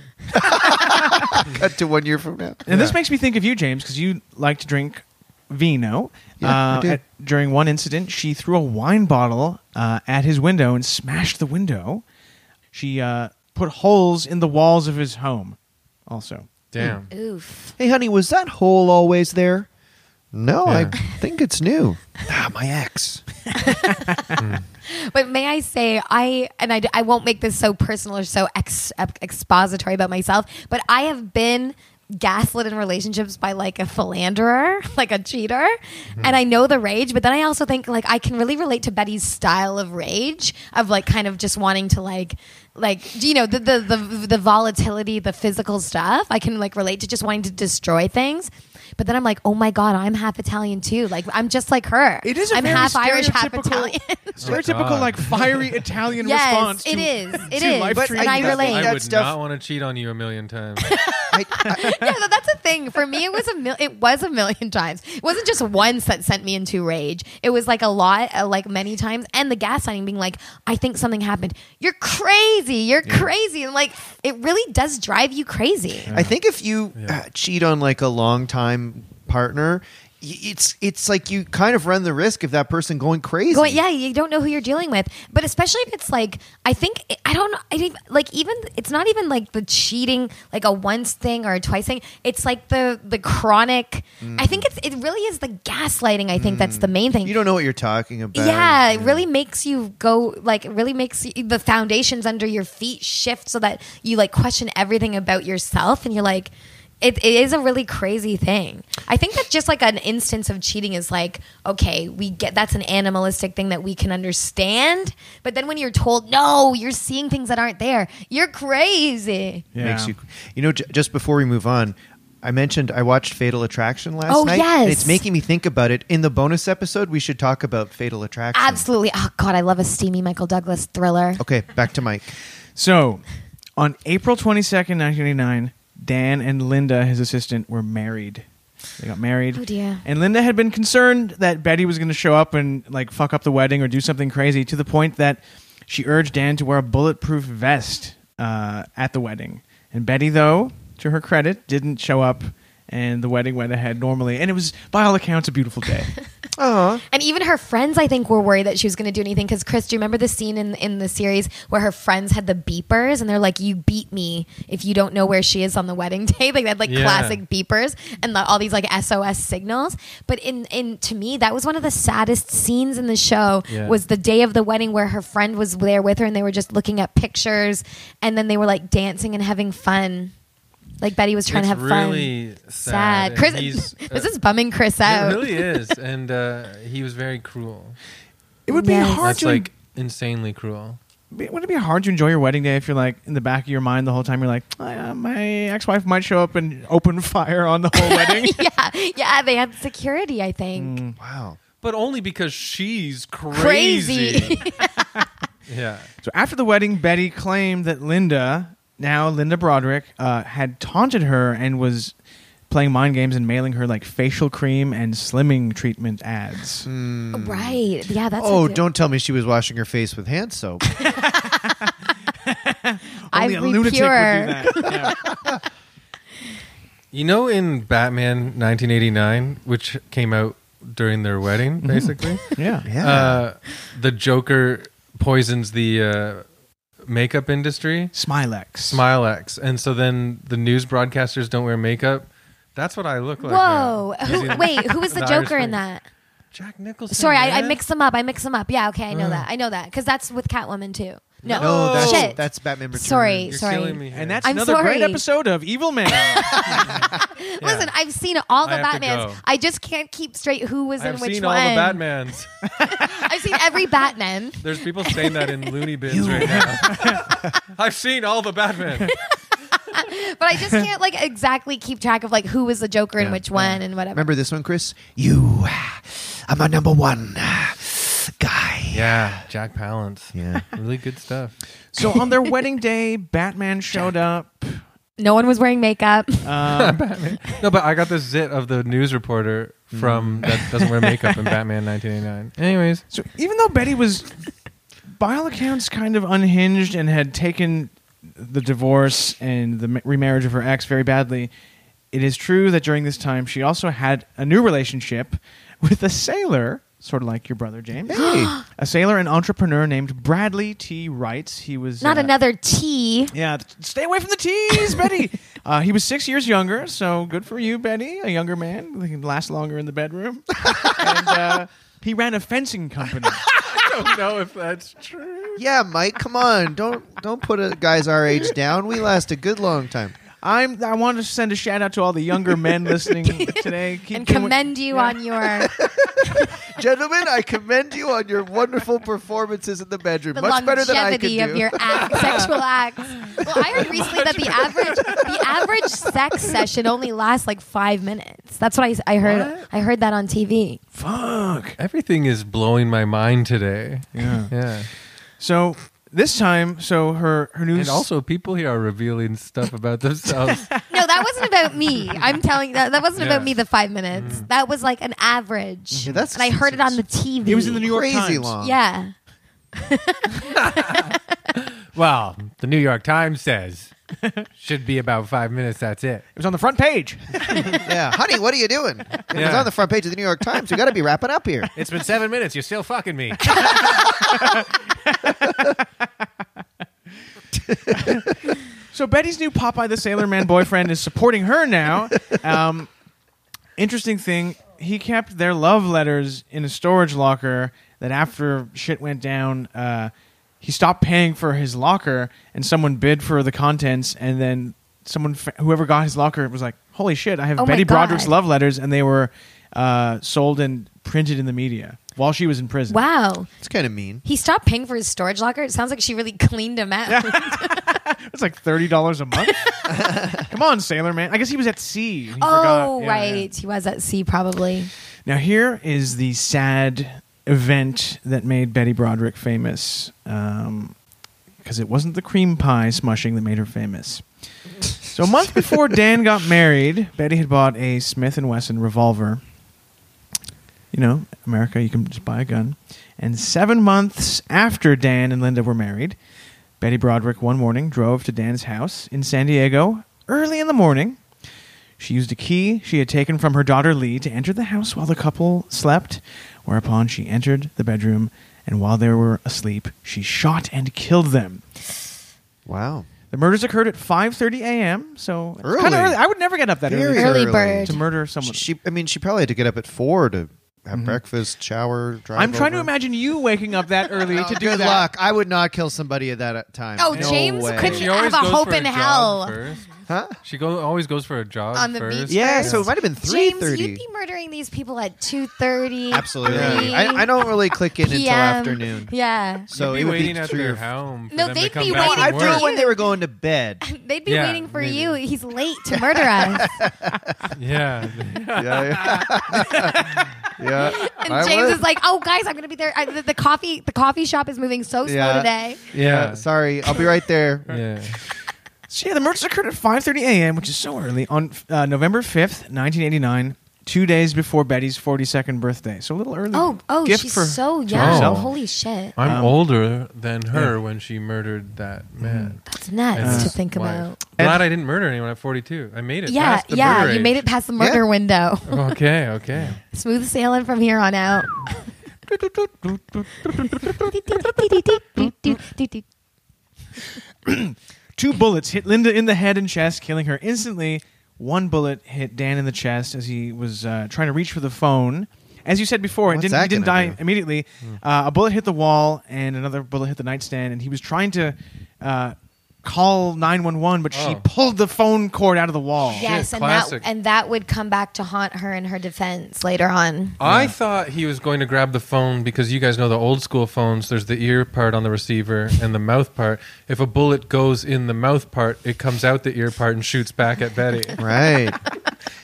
Cut to one year from now. And this makes me think of you, James, because you like to drink vino. Yeah, I Uh, do. at- during one incident, she threw a wine bottle uh, at his window and smashed the window. She uh, put holes in the walls of his home. Also, Damn. Oof. Hey, honey, was that hole always there? No, I Yeah. think it's new. Ah, my ex. But may I say, I and I, I won't make this so personal or so ex, ep- expository about myself, but I have been gaslit in relationships by like a philanderer, like a cheater, Mm-hmm. and I know the rage. But then I also think like I can really relate to Betty's style of rage of like kind of just wanting to like like you know the the the, the volatility, the physical stuff. I can like relate to just wanting to destroy things. But then I'm like, oh my god, I'm half Italian too. Like I'm just like her. it is. A I'm very half Irish, half stereotypical- Italian. Stereotypical, God. like fiery Italian Yes, response. it to, is. It to is. life But treatment. I relate. I That would stuff- not want to cheat on you a million times. I, I, yeah, but that's a thing. For me, it was a mil- it was a million times. It wasn't just once that sent me into rage. It was like a lot, uh, like many times. And the gas signing being like, "I think something happened. You're crazy. You're crazy." And like, it really does drive you crazy. I think if you uh, cheat on like a long time partner, y- it's it's like you kind of run the risk of that person going crazy. Going, yeah, you don't know who you're dealing with, but especially if it's like, I think I don't know, I didn't, like even it's not even like the cheating, like a once thing or a twice thing. It's like the the chronic. I think it's it really is the gaslighting. I think that's the main thing. Mm. You don't know what you're talking about. Yeah, it really makes you go like it really makes you, the foundations under your feet shift so that you like question everything about yourself and you're like it, it is a really crazy thing. I think that just like an instance of cheating is like okay, we get that's an animalistic thing that we can understand, but then when you're told no, you're seeing things that aren't there. You're crazy. Yeah. makes you you know j- just before we move on i mentioned i watched fatal attraction last Oh, night and it's yes. making me think about it in the bonus episode we should talk about fatal attraction Absolutely. Oh god, I love a steamy Michael Douglas thriller. okay back to mike So, on April 22nd, 1989, Dan and Linda, his assistant, were married. They got married. Oh, dear. And Linda had been concerned that Betty was going to show up and like fuck up the wedding or do something crazy to the point that she urged Dan to wear a bulletproof vest uh, at the wedding. And Betty, though, to her credit, didn't show up, and the wedding went ahead normally. And it was, by all accounts, a beautiful day. And even her friends, I think, were worried that she was going to do anything. Because Chris, do you remember the scene in in the series where her friends had the beepers, and they're like, "You beat me if you don't know where she is on the wedding day." Like they had like Yeah. classic beepers and the, all these like SOS signals. But in in to me, that was one of the saddest scenes in the show. Yeah. Was the day of the wedding where her friend was there with her, and they were just looking at pictures, and then they were like dancing and having fun. Like Betty was trying it's to have fun. really sad. and Chris, he's, this uh, is bumming Chris out. It really is, and uh, he was very cruel. It would Yes. be hard That's to like insanely cruel. Be- Wouldn't it be hard to enjoy your wedding day if you're like in the back of your mind the whole time you're like "I, uh, my ex-wife might show up and open fire on the whole wedding? yeah, yeah, they had security, I think. wow But only because she's Crazy. crazy. yeah. So after the wedding, Betty claimed that Linda, now Linda Broderick, uh, had taunted her and was playing mind games and mailing her like facial cream and slimming treatment ads. Right. Yeah, that's oh a- don't tell me she was washing her face with hand soap I Only a lunatic would do that. repure. Yeah. You know, in Batman 1989, which came out during their wedding, basically, yeah. yeah uh, the Joker poisons the uh, makeup industry, Smilex. Smilex, and so then the news broadcasters don't wear makop. That's what I look like. Whoa. now. Who, Using wait, who was the the Irish Joker in thing. that? Jack Nicholson. Sorry, I, I man. mix them up. I mix them up. Yeah, okay, I know Uh. that. I know that. Because that's with Catwoman, too. no No, Oh, that's shit. that's batman Returns. Sorry. You're killing me. here. And that's I'm another great sorry. episode of Evil Man. Listen, I've seen all the I have to Batmans. go. I just can't keep straight who was in I've which seen one. all the Batmans. I've seen every Batman. There's people saying that in loony bins right now. I've seen all the Batman. But I just can't like exactly keep track of like who was the Joker and Yeah, which one and whatever. remember this one chris you ah, i'm a number one ah, guy Yeah, Jack Palance. Yeah. Really good stuff. So on their wedding day, Batman showed up. No one was wearing makeup. Um, No, but I got the zit of the news reporter from that doesn't wear makeup in Batman 1989. Anyways, so even though Betty was, by all accounts, kind of unhinged and had taken the divorce and the ma- remarriage of her ex very badly, it is true that during this time she also had a new relationship with a sailor, sort of like your brother James, a sailor and entrepreneur named Bradley T. Wright. He was Not uh, another T. Yeah, t- stay away from the teas, Betty. Uh, he was six years younger, so good for you, Betty. A younger man he can last longer in the bedroom. and uh, he ran a fencing company. I don't know if that's true. Yeah, Mike, come on. Don't don't put a guys our age down. We last a good long time. I'm. I want to send a shout out to all the younger men listening today. Keep And doing- commend you on your Gentlemen, I commend you on your wonderful performances in the bedroom. the Much better than I could longevity do. of your act, sexual acts. Well, I heard recently that the average the average sex session only lasts like five minutes. That's what I, I heard. I heard that on TV. Fuck. Everything is blowing my mind today. Yeah. Yeah. So this time, so her her news. And also, people here are revealing stuff about themselves. No, that wasn't about me. I'm telling that that wasn't Yeah. about me. The five minutes that was like an average. Yeah, that's- and I heard it on the TV. it was in the New York Crazy Times. long. Yeah. well, the New York Times says should be about five minutes. That's it. It was on the front page. yeah, honey, what are you doing? It was Yeah. on the front page of the New York Times. We got to be wrapping up here. It's been seven minutes. You're still fucking me. So Betty's new Popeye the Sailor Man boyfriend is supporting her now. Um, interesting thing, he kept their love letters in a storage locker. That after shit went down, uh, he stopped paying for his locker, and someone bid for the contents, and then someone, fa- whoever got his locker, was like, "Holy shit! I have Oh my Betty Broderick's God. love letters," and they were uh, sold and printed in the media while she was in prison. Wow. It's kind of mean. He stopped paying for his storage locker. It sounds like she really cleaned him out. It's like thirty dollars a month. Come on, Sailor Man. I guess he was at sea. He oh forgot. Yeah, yeah. right, he was at sea probably. Now, here is the sad event that made Betty Broderick famous. Because it wasn't the cream pie smushing that made her famous. So a month before Dan got married, Betty had bought a Smith and Wesson revolver. You know, America, you can just buy a gun. And seven months after Dan and Linda were married, Betty Broderick one morning drove to Dan's house in San Diego early in the morning. She used a key she had taken from her daughter Lee to enter the house while the couple slept, whereupon she entered the bedroom and while they were asleep, she shot and killed them. Wow. The murders occurred at 5:30 a.m., so it's Early. kinda early. I would never get up that Very early, Early early. bird. to murder someone. She, I mean, she probably had to get up at four to have breakfast, shower, drive. Mm-hmm. I'm trying to over. Oh, imagine you waking up that early to do Good that. luck. I would not kill somebody at that uh, time. Oh, No James way. couldn't- She I always have a goes hope for in a job hell. first. Huh? She go, always goes for a job On the first. beach. Yeah, so it First. might have been three James, thirty. you'd be murdering these people at two thirty. Absolutely. I, I don't really click in until afternoon. Yeah. You'd So it be would waiting be at three their or home. For No, them to they'd come be back waiting from I for work. do it when they were going to bed. They'd be Yeah, waiting for maybe. you. He's late to murder us. Yeah. yeah, yeah. yeah. And I James would. is like, "Oh, guys, I'm gonna be there. I, the, the coffee, the coffee shop is moving so slow Yeah. today." Yeah, sorry, I'll be right there. Yeah. So yeah, the murders occurred at 5:30 a.m., which is so early on uh, November 5th, 1989, two days before Betty's 42nd birthday. So a little early. Oh, oh, gift she's for- so to young. herself. Oh. Holy shit, I'm Um, older than her when she murdered that man. Mm. that's nuts That's to think wife. about. Glad I didn't murder anyone at 42. I made it. Yeah, past the yeah, murder you age. made it past the murder window. Okay, okay. Smooth sailing from here on out. Two bullets hit Linda in the head and chest, killing her instantly. One bullet hit Dan in the chest as he was uh, trying to reach for the phone. As you said before, it What's didn't, that he didn't gonna die do? Hmm. immediately. Uh, a bullet hit the wall, and another bullet hit the nightstand, and he was trying to uh, call 911, but she Oh. pulled the phone cord out of the wall. Yes, and classic. that and that would come back to haunt her in her defense later on. I thought he was going to grab the phone because you guys know the old school phones. There's the ear part on the receiver and the mouth part. If a bullet goes in the mouth part, it comes out the ear part and shoots back at Betty. Right.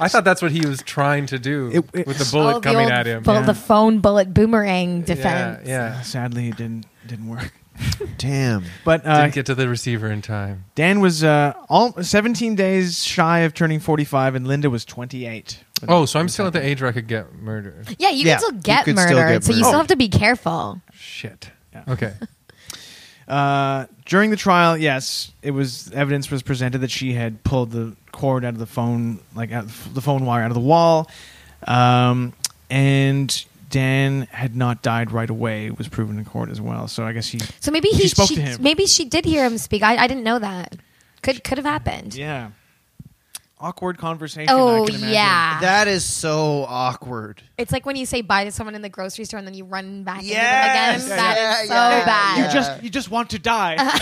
I thought that's what he was trying to do It- it- with the bullet Oh, the coming old at him. bu- Yeah. The phone bullet boomerang Yeah, defense. Yeah, Uh, Sadly, it didn't didn't work. Damn. But uh, Didn't get to the receiver in time. Dan was uh, all 17 days shy of turning 45, and Linda was 28. Oh, so I'm still at the age where I could get murdered. Yeah, you Yeah, can still you get could murdered, still get so you murdered. still have to be careful. Shit. Yeah. Okay. Uh, during the trial, yes, it was evidence was presented that she had pulled the cord out of the phone, like out the phone wire out of the wall, um, and Dan had not died right away. It was proven in court as well. So I guess he, So maybe She he, spoke she- to him. maybe she did hear him speak. I, I didn't know that. Could could have happened. yeah, awkward conversation. Oh I can imagine. yeah, That is so awkward. it's like when you say bye to someone in the grocery store and then you run back Yes, into yeah, them again. That yeah, is yeah, yeah. so You bad. just you just want to die.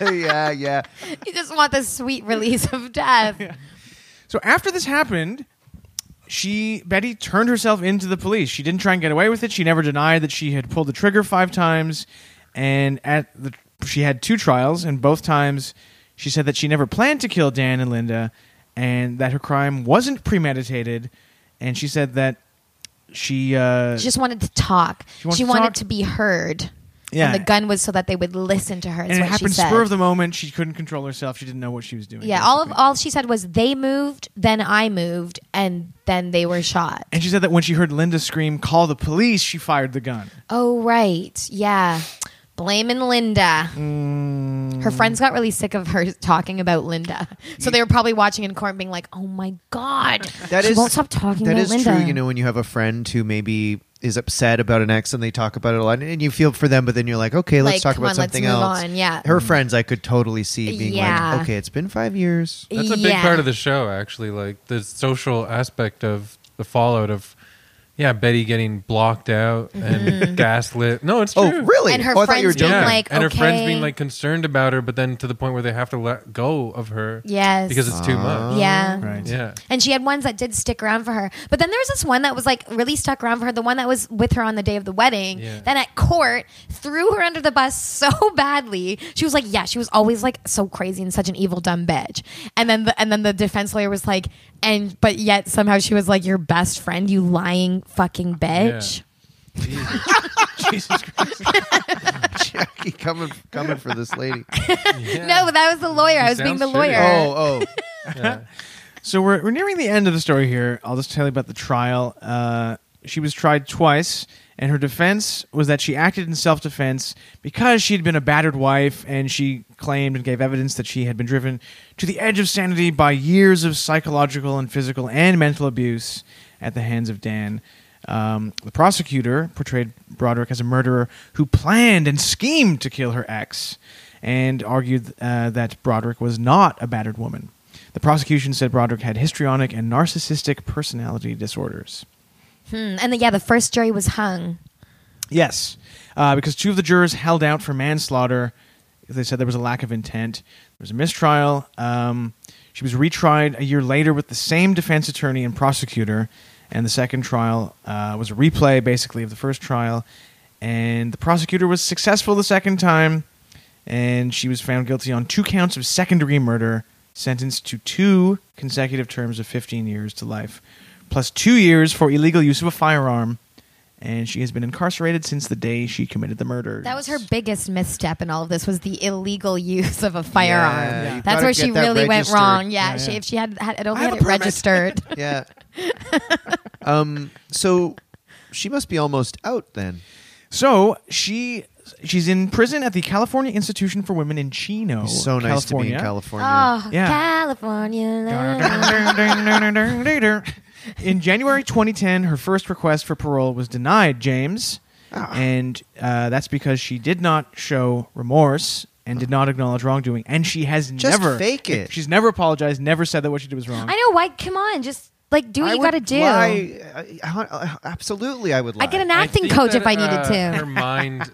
yeah, yeah. You just want the sweet release of death. so after this happened, she Betty turned herself into the police. She didn't try and get away with it. She never denied that she had pulled the trigger five times, and at the she had two trials, and both times she said that she never planned to kill Dan and Linda, and that her crime wasn't premeditated, and she said that she uh, She just wanted to talk. She She, wanted to wanted talk. to be heard. Yeah. And the gun was so that they would listen to her. Is and it what happened she said. spur of the moment. She couldn't control herself. She didn't know what she was doing. Yeah, all of basically. all she said was they moved, then I moved, and then they were shot. And she said that when she heard Linda scream, "Call the police!" she fired the gun. Oh right, yeah. Blaming Linda. Mm. Her friends got really sick of her talking about Linda, so they were probably watching in court, and being like, "Oh my god, That she is- won't stop talking That about is Linda." true. You know, when you have a friend who maybe is upset about an ex and they talk about it a lot and you feel for them, but then you're like, okay, let's Like, talk come about on, let's something move else. on, yeah. Her friends, I could totally see being Yeah. like, okay, it's been five years. That's a big Yeah. part of the show, actually. Like the social aspect of the fallout of, yeah, Betty getting blocked out and gaslit. No, it's true. Oh, really? And her oh, I thought you were friends Mm-hmm. being joking. Yeah, like, and her friends okay. being like concerned about her, but then to the point where they have to let go of her Yes. because it's too Uh. much. yeah. Right. Yeah, And she had ones that did stick around for her. But then there was this one that was like really stuck around for her, the one that was with her on the day of the wedding. Yeah. Then at court, threw her under the bus so badly. She was like, yeah, she was always like so crazy and such an evil dumb bitch. And then the, and then the defense lawyer was like, and but yet somehow she was like your best friend, you lying fucking bitch. Yeah. Jesus Christ. Jackie coming coming for this lady. Yeah. No, but that was the lawyer. I was being sounds the shitty. lawyer. Oh, oh. Yeah. So we're, we're nearing the end of the story here. I'll just tell you about the trial. Uh, she was tried twice, and her defense was that she acted in self defense because she had been a battered wife, and she claimed and gave evidence that she had been driven to the edge of sanity by years of psychological and physical and mental abuse at the hands of Dan. Um, the prosecutor portrayed Broderick as a murderer who planned and schemed to kill her ex and argued uh, that Broderick was not a battered woman. The prosecution said Broderick had histrionic and narcissistic personality disorders. Hmm. And then, yeah, the first jury was hung. Yes, uh, because two of the jurors held out for manslaughter. They said there was a lack of intent. There was a mistrial. Um, she was retried a year later with the same defense attorney and prosecutor, and the second trial uh, was a replay, basically, of the first trial. And the prosecutor was successful the second time, and she was found guilty on two counts of second degree murder, sentenced to two consecutive terms of 15 years to life, plus two years for illegal use of a firearm. And she has been incarcerated since the day she committed the murder. That was her biggest misstep in all of this was the illegal use of a firearm. Yeah, you've That's gotta where get she that really went registered. wrong. Yeah, Yeah, She, yeah. if she had, had it only I have had a it permit. registered. Yeah. um so she must be almost out then. So she she's in prison at the California Institution for Women in Chino, so nice to be in California. oh, Yeah. California. love. California. in January 2010, her first request for parole was denied, James, Ah. and uh, that's because she did not show remorse and did not acknowledge wrongdoing, and she has Just never fake it. She's never apologized, never said that what she did was wrong. I know. Why? Come on. Just like do what I you would got to do. lie- I- I- I- absolutely, I would lie. I'd get an I acting think coach that, if I needed uh, to. Her mind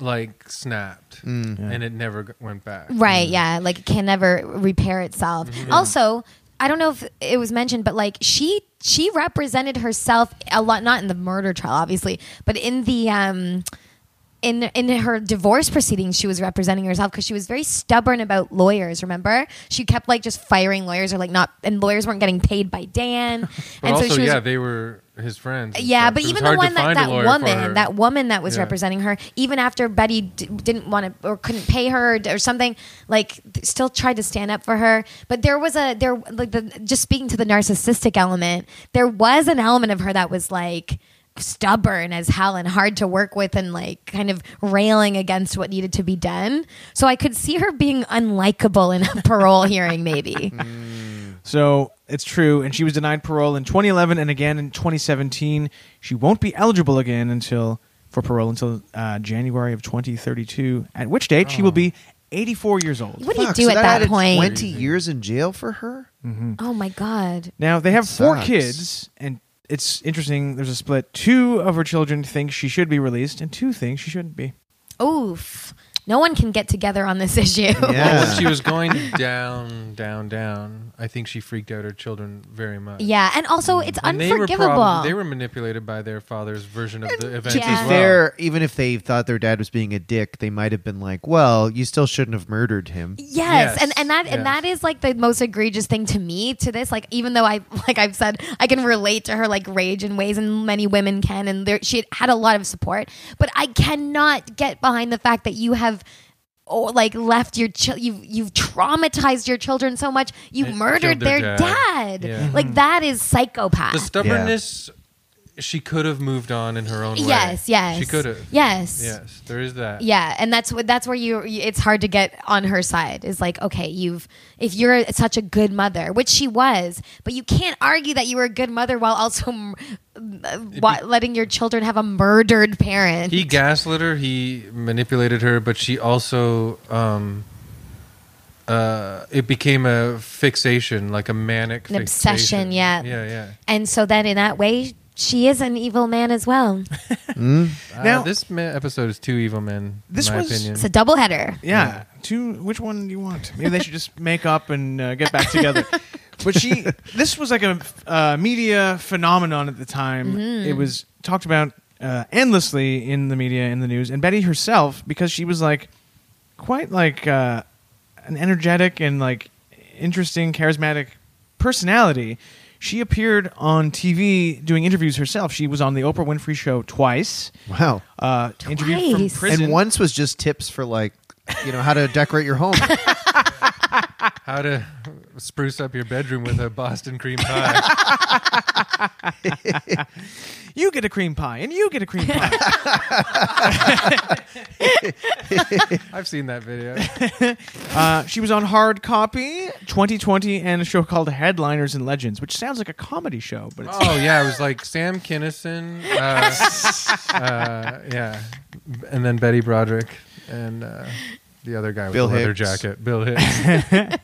like snapped Mm. and it never g- went back. Right, yeah. Like it can never repair itself. Mm-hmm. Also, I don't know if it was mentioned, but like she she represented herself a lot, not in the murder trial, obviously, but in the um in in her divorce proceedings, she was representing herself because she was very stubborn about lawyers. Remember, she kept like just firing lawyers or like not, and lawyers weren't getting paid by Dan. But and also, so she was yeah, they were his friends. and yeah, stuff. but It was even the hard to one that find a that lawyer for her. woman, that woman that was Yeah. representing her, even after Betty d- didn't want to or couldn't pay her or, d- or something, like th- still tried to stand up for her. But there was a there like the just speaking to the narcissistic element, there was an element of her that was like stubborn as hell and hard to work with and like kind of railing against what needed to be done. So I could see her being unlikable in a parole hearing maybe. Mm. So it's true, and she was denied parole in 2011 and again in 2017. She won't be eligible again until for parole until uh, January of 2032. At which date she will be 84 years old. What do you Fuck, do so at that added point? Twenty years in jail for her. Oh my god. Now they have four Sucks. kids, and it's interesting. There's a split. Two of her children think she should be released, and two think she shouldn't be. Oof. No one can get together on this issue. Well, Yeah. when she was going down, down, down, I think she freaked out her children very much. Yeah, and also it's Mm. And they were unforgivable. prob- they were manipulated by their father's version of the events To Yeah. as be well. fair, even if they thought their dad was being a dick, they might have been like, "Well, you still shouldn't have murdered him." Yes, Yes, and and that yes. and that is like the most egregious thing to me to this. Like even though I like I've said I can relate to her like rage in ways and many women can, and there, she had a lot of support, but I cannot get behind the fact that you have. Or like left your chil- you've you've traumatized your children so much you And killed murdered their their dad. dad, Yeah. Mm-hmm. like that is psychopath the stubbornness, she could have moved on in her own way. yes yes she could have. yes Yes, there is that. Yeah, and that's what that's where you you- it's hard to get on her side. Is like, okay, you've if you're such a good mother, which she was, but you can't argue that you were a good mother while also m- uh, wa- letting your children have a murdered parent. He gaslit her. He manipulated her, but she also. Um, uh, it became a fixation, like a manic An fixation. obsession, yeah. yeah, yeah. and so then in that way, she is an evil man as well. Now Now- Uh, this ma- episode is two evil men. This in my was- opinion. It's a double header. Yeah. Two. Which one do you want? Maybe they should just make up and uh, get back together. but she. This was like a uh, media phenomenon at the time. It was talked about uh, endlessly in the media, in the news, and Betty herself because she was like quite like uh, an energetic and like interesting, charismatic personality. She appeared on TV doing interviews herself. She was on the Oprah Winfrey Show twice. Wow. Uh, Interviewed from Twice. prison. And once was just tips for like, you know, how to decorate your home. How to spruce up your bedroom with a Boston cream pie. you get a cream pie and you get a cream pie. I've seen that video. uh, she was on Hard Copy 2020 and a show called Headliners and Legends, which sounds like a comedy show, but it's Oh yeah, it was like Sam Kinison. Uh, uh, yeah, and then Betty Broderick and uh, the other guy with Bill the leather Hicks. jacket, Bill Hicks.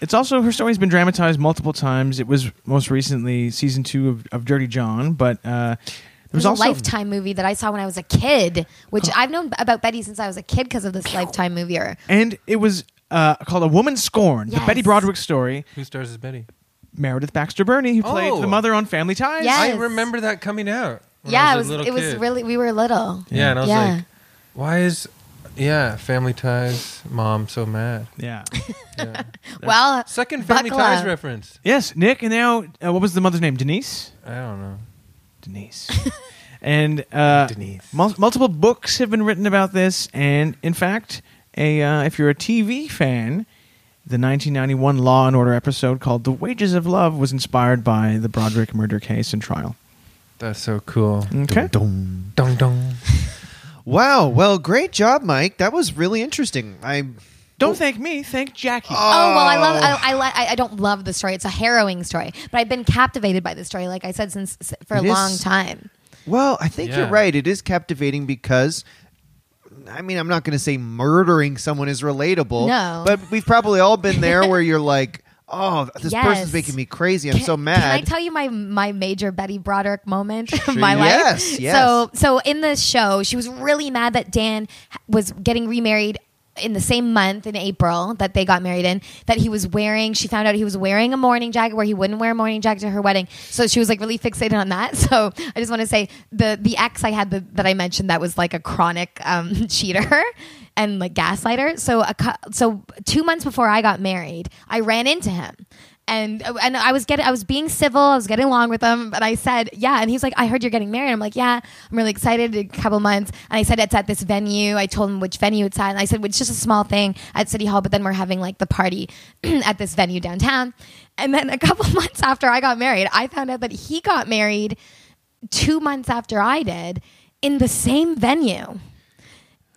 it's also her story's been dramatized multiple times. It was most recently season two of, of Dirty John, but uh, there It was was a also Lifetime movie that I saw when I was a kid, which I've known about Betty since I was a kid because of this Lifetime movie. Or and it was uh, called A Woman Scorned, the Yes. Betty Broderick story. Who stars as Betty? Meredith Baxter Burney, who played Oh. the mother on Family Ties. Yes. I remember that coming out. when yeah, I it was was a it little was kid. really we were little. Yeah, and I was Yeah. like, why is yeah Family Ties mom so mad? Yeah. Yeah. Well, Second Family Buckle Ties up. reference. yes, Nick, and now uh, what was the mother's name? Denise. I don't know. Denise. and uh, Denise. mul- multiple books have been written about this, and in fact, a uh, if you're a TV fan, the 1991 Law and Order episode called "The Wages of Love" was inspired by the Broderick murder case and trial. That's so cool. Okay, Dum. Dong dong. Wow. Well, great job, Mike. That was really interesting. I don't thank me, thank Jackie. Oh well, I love. I, I li- I I don't love the story. It's a harrowing story, but I've been captivated by the story, like I said, since s- for a It is- long time. well, I think you're Yeah. right. It is captivating because I mean, I'm not going to say murdering someone is relatable. No. But we've probably all been there where you're like, oh, this Yes. person's making me crazy. I'm Can- so mad. Can I tell you my my major Betty Broderick moment of my Yes, life? yes. So so in the show, she was really mad that Dan h- was getting remarried in the same month in April that they got married in that he was wearing she found out he was wearing a morning jacket where he wouldn't wear a morning jacket to her wedding so she was like really fixated on that so I just want to say the the ex I had the, that I mentioned that was like a chronic um, cheater and like gaslighter so a cou- so 2 months before I got married I ran into him and and I was getting I was being civil, I was getting along with him, but I said, "Yeah." And he's like, "I heard you're getting married." I'm like, "Yeah, I'm really excited. A couple months." And I said, "It's at this venue." I told him which venue it's at, and I said, well, "It's just a small thing at City Hall, but then we're having like the party at this venue downtown." And then a couple months after I got married, I found out that he got married two months after I did in the same venue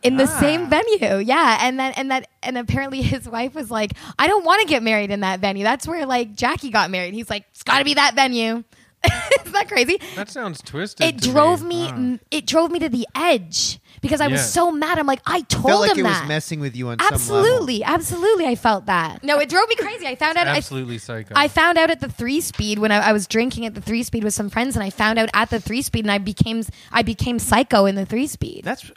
in the same venue yeah and then and that and apparently his wife was like i don't want to get married in that venue that's where like jackie got married he's like it's gotta be that venue isn't that crazy That sounds twisted. it to drove me m- it drove me to the edge because i Yeah. was so mad i'm like i told felt like him it that was messing with you on some level. absolutely absolutely i felt that no it drove me crazy i found out I- Absolutely psycho. I found out at the three speed when I, I was drinking at the three speed with some friends, and I found out at the three speed, and I became I became psycho in the three speed. That's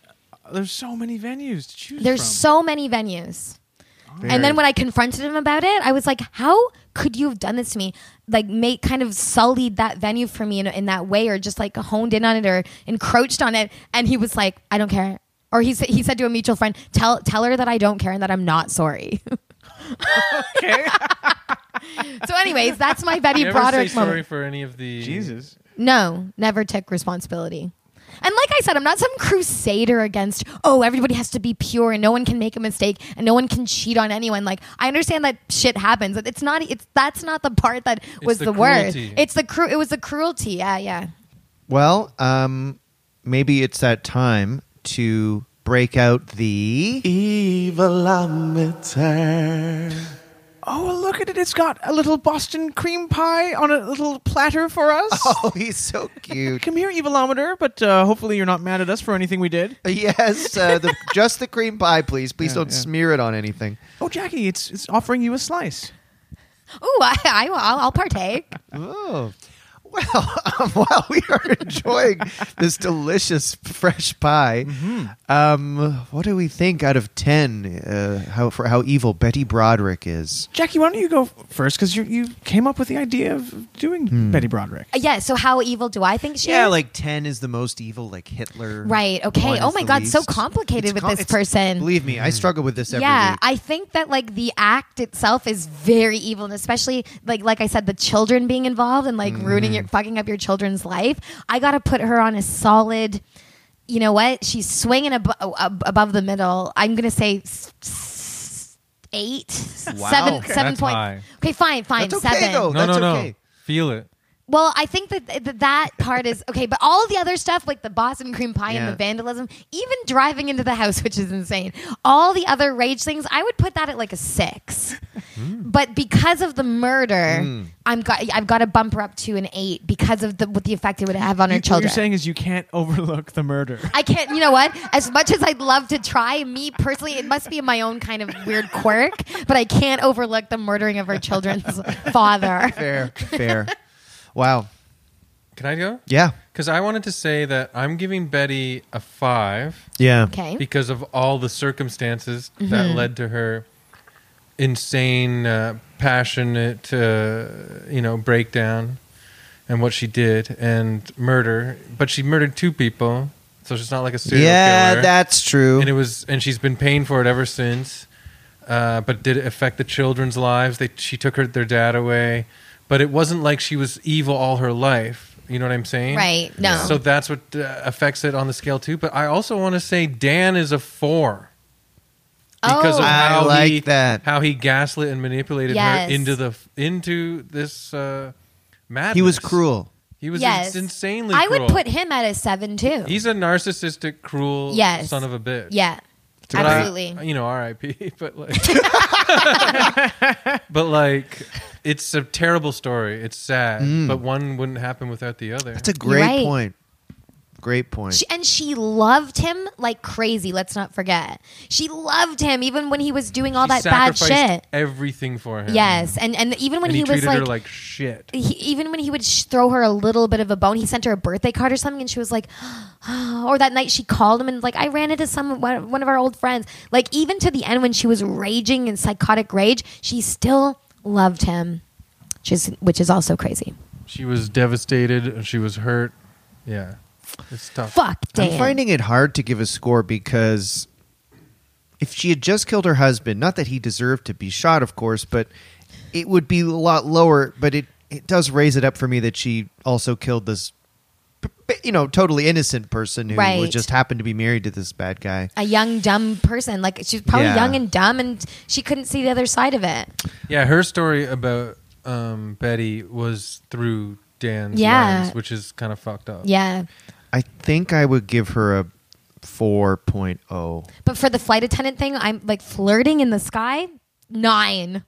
there's so many venues to choose There's from. so many venues. And then when I confronted him about it, I was like, "How could you have done this to me? Like, make kind of sullied that venue for me in, in that way, or just like honed in on it, or encroached on it." And he was like, "I don't care." Or he said, he said to a mutual friend, "Tell tell her that I don't care and that I'm not sorry." okay. so, anyways, that's my Betty you ever say Broderick sorry moment. for any of the Jesus. No, never took responsibility. And like I said, I'm not some crusader against, oh, everybody has to be pure and no one can make a mistake and no one can cheat on anyone. Like, I understand that shit happens. It's not, it's, that's not the part that was the the, worst. cruelty. It's the, cru- it was the cruelty. Yeah, yeah. Well, um, maybe it's that time to break out the. E. Evilometer. Oh, look at it. It's got a little Boston cream pie on a little platter for us. Oh, he's so cute. Come here, Evilometer, but uh, hopefully you're not mad at us for anything we did. yes, uh, the, just the cream pie, please. Please Yeah, don't yeah. smear it on anything. Oh, Jackie, it's it's offering you a slice. Ooh, I, I, will- I'll, I'll partake. Oh. Well, um, while we are enjoying this delicious fresh pie, um, what do we think out of ten? Uh, how for how evil Betty Broderick is? Jackie, why don't you go first? Because you you came up with the idea of doing Hmm. Betty Broderick. Yeah, so how evil do I think she Yeah, is? like ten is the most evil, like Hitler. Right, okay. One Oh is my the God, so least. complicated with this it's- person. Believe me, I struggle with this every yeah week. i think that like the act itself is very evil and especially like like i said the children being involved and like Mm-hmm. ruining your fucking up your children's life i gotta put her on a solid you know what she's swinging ab- ab- above the middle i'm gonna say s- s- eight Wow. seven Okay. seven That's point high. okay fine fine That's okay, seven though. No, That's no, no. okay. Feel it. well, I think that that, that part is okay, but all the other stuff, like the Boston cream pie Yeah. and the vandalism, even driving into the house, which is insane, all the other rage things, I would put that at like a six. But because of the murder, I'm got I've got to bump her up to an eight because of the what the effect it would have on her You- What children. you're saying is you can't overlook the murder. I can't, you know what? As much as I'd love to try, me personally, it must be my own kind of weird quirk, but I can't overlook the murdering of her children's father. fair, fair. Wow. Can I go? Yeah. Because I wanted to say that I'm giving Betty a five Yeah. Okay. because of all the circumstances Mm-hmm. that led to her insane, uh, passionate, uh, you know, breakdown and what she did and murder. But she murdered two people, so she's not like a serial Yeah, killer. that's true. and it was and she's been paying for it ever since uh, but did it affect the children's lives they she took her their dad away but it wasn't like she was evil all her life you know what i'm saying Right, no. so that's what uh, affects it on the scale too but i also want to say dan is a four because Oh. of I how he, like that. how he gaslit and manipulated Yes. her into the into this uh, madness. he was cruel. He was Yes. insanely. I would cruel. put him at a seven too. He's a narcissistic, cruel Yes. son of a bitch. yeah, But I- absolutely. you know, R.I.P. But like, but like, it's a terrible story. It's sad, but one wouldn't happen without the other. Mm. That's a great right. point. Great point. She, and she loved him like crazy. Let's not forget. She loved him even when he was doing all She that bad sacrificed shit. Everything for him. Yes, and and even when and he, was treated like, her like shit. he, even when he would sh- throw her a little bit of a bone, he sent her a birthday card or something, and she was like, or that night she called him and like, I ran into some one one of our old friends. Like even to the end when she was raging in psychotic rage, she still loved him, which is which is also crazy. She was devastated. and She was hurt. Yeah, it's tough. Fuck, damn. I'm finding it hard to give a score because if she had just killed her husband, not that he deserved to be shot, of course, but it would be a lot lower. But it, it does raise it up for me that she also killed this, p- p- you know, totally innocent person who Right. was just happened to be married to this bad guy. a young dumb person. Like she's probably Yeah. young and dumb, and she couldn't see the other side of it. Yeah, her story about um, Betty was through Dan's Yeah. lens, which is kind of fucked up. Yeah. I think I would give her a oh. 4.0. But for the flight attendant thing, I'm like flirting in the sky. Nine.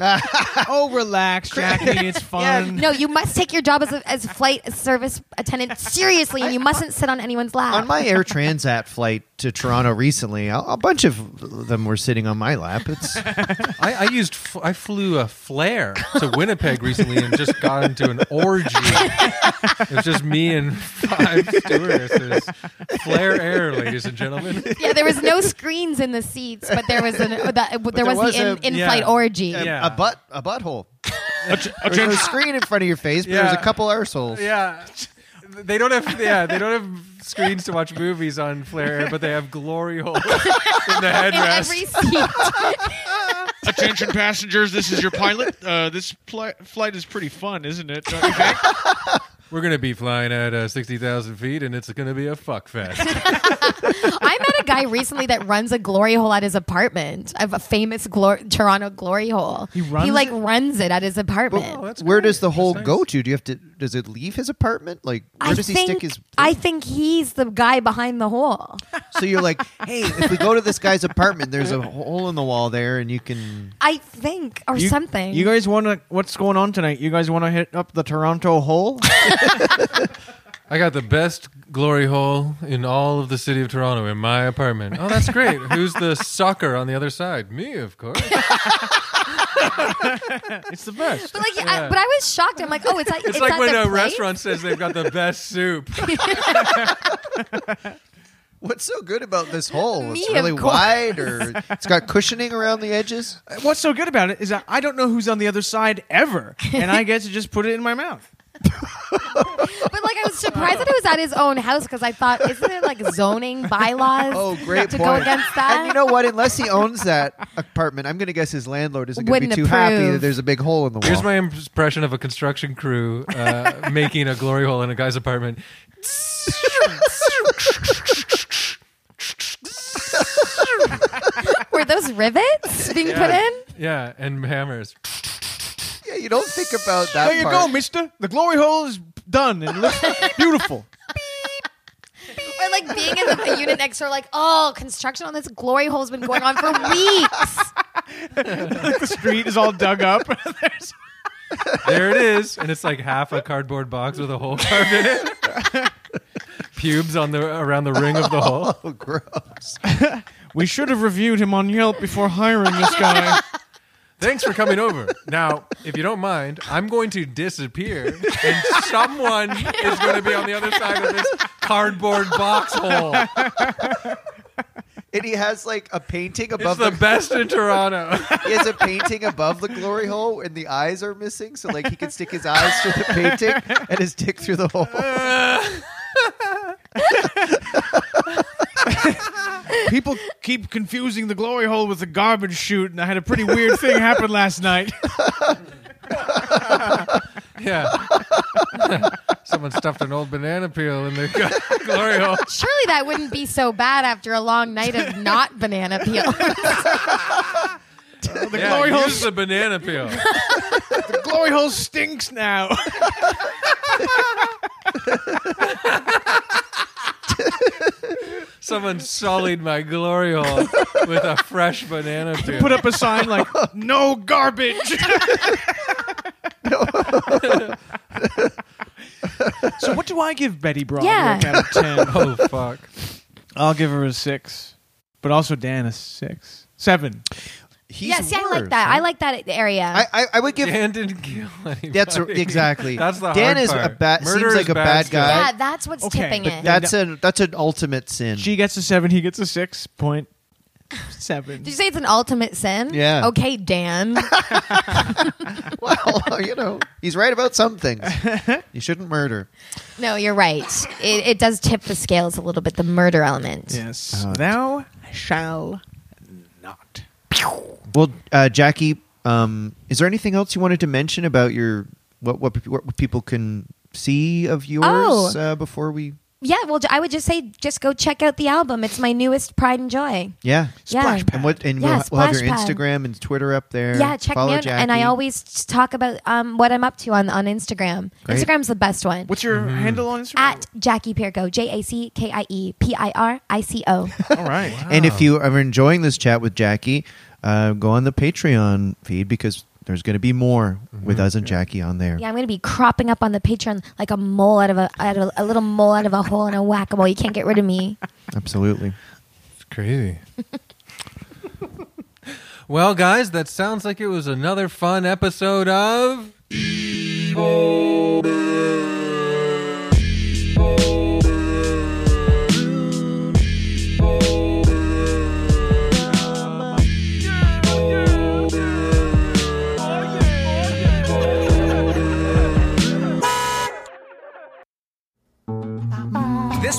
oh, relax, Jackie. It's Um. fun. No, you must take your job as a as flight service attendant seriously, and you mustn't sit on anyone's lap. On my Air Transat flight to Toronto recently, a, a bunch of them were sitting on my lap. It's I, I used f- I flew a flare to Winnipeg recently and just got into an orgy. it was just me and five stewardesses. Flare air, ladies and gentlemen. yeah, there was no screens in the seats, but there was an uh, that, there, was, was the a- in, in-flight yeah. orgy. Yeah. a butt, a butthole. There's no screen in front of your face, but there's Yeah. a couple arseholes. Yeah. They don't have yeah, they don't have screens to watch movies on Flare Air, but they have glory holes in the In every headrest. seat. Attention passengers, this is your pilot. Uh, this pli- flight is pretty fun, isn't it? Don't you think? We're gonna be flying at uh, sixty thousand feet and it's gonna be a fuck fest. I met a guy recently that runs a glory hole at his apartment. Of a famous glor- Toronto glory hole. He runs like it? runs it at his apartment. Oh, that's Where great. does the hole That's nice. go to? Do you have to? Does it leave his apartment? Like, where I does he think stick his? I think he's the guy behind the hole. so you're like, hey, if we go to this guy's apartment, there's a hole in the wall there, and you can. I think or You- something. You guys want to? What's going on tonight? You guys want to hit up the Toronto Hole? I got the best glory hole in all of the city of Toronto in my apartment. Oh, that's great. Who's the sucker on the other side? Me, of course. it's the best. but like, I, Yeah. but I was shocked. I'm like, oh, it's like It's, it's, like at when the a place? restaurant says they've got the best soup. What's so good about this hole? Me, it's really of course. Uh, wide, or it's got cushioning around the edges. What's so good about it is that I don't know who's on the other side ever, and I get to just put it in my mouth. But like, I was surprised that it was at his own house because I thought, isn't it like zoning bylaws? Oh, great to go point. against that. And you know what? Unless he owns that apartment, I'm going to guess his landlord isn't going to Wouldn't be too happy approve. that there's a big hole in the wall. Here's my impression of a construction crew uh, making a glory hole in a guy's apartment. were those rivets being put Yeah. in? Yeah, and hammers. yeah, you don't think about that. there you part. go, Mister. The glory hole is done and it looks beautiful. Or like being in the unit next door, like, oh, construction on this glory hole's been going on for weeks. Like the street is all dug up. There's- There it is, and it's like half a cardboard box with a hole carved in it. Pubes on the around the ring of the hole. Oh, gross. we should have reviewed him on Yelp before hiring this guy. Thanks for coming over. Now, if you don't mind, I'm going to disappear, and someone is going to be on the other side of this cardboard box hole. and he has like a painting It's above the the best in Toronto. he has a painting above the glory hole and the eyes are missing so like he can stick his eyes through the painting and his dick through the hole People keep confusing the glory hole with the garbage chute, and I had a pretty weird thing happen last night. Yeah. Someone stuffed an old banana peel in their g- glory hole. Surely that wouldn't be so bad after a long night of not banana peel. The yeah, glory hole use the banana peel. The glory hole stinks now. Someone sullied my glory hole with a fresh banana peel. Put up a sign like "No garbage." So what do I give Betty Brody Yeah. out of ten? Oh fuck. I'll give her a six, but also Dan a six, seven. He's Yeah, see, I worse, like that. I huh? like that area. I, I, I would give. Dan didn't kill anybody. That's r- exactly. That's the Dan hard is part. a bad- Murder seems is like a bad stuff. guy. yeah, that's what's Okay, tipping but it. that- That's a that's an ultimate sin. She gets a seven. He gets a six point seven. Did you say it's an ultimate sin? Yeah. Okay, Dan. well, you know, he's right about some things. You shouldn't murder. no, you're right. It, it does tip the scales a little bit, the murder element. yes, thou shall not. Well, uh, Jackie, um, is there anything else you wanted to mention about your what what, pe- what people can see of yours Oh. uh, before we? Yeah, well, I would just say just go check out the album. It's my newest Pride and Joy. Yeah. Splash And what? And Yeah, we'll, we'll have your Splash Pad. Instagram and Twitter up there. Yeah, check Follow me out. And I Jackie. always talk about um, what I'm up to on, on Instagram. Great. Mm-hmm. Instagram's the best one. What's your handle on Instagram? At Jackie Pirco, J A C K I E P I R I C O. All right. And if you are enjoying this chat with Jackie, uh, go on the Patreon feed because there's going to be more with us and Jackie on there. Yeah, I'm going to be cropping up on the Patreon like a mole out of a, out of a, a little mole out of a hole in a whack a mole. You can't get rid of me. Absolutely. It's crazy. well, guys, that sounds like it was another fun episode of. This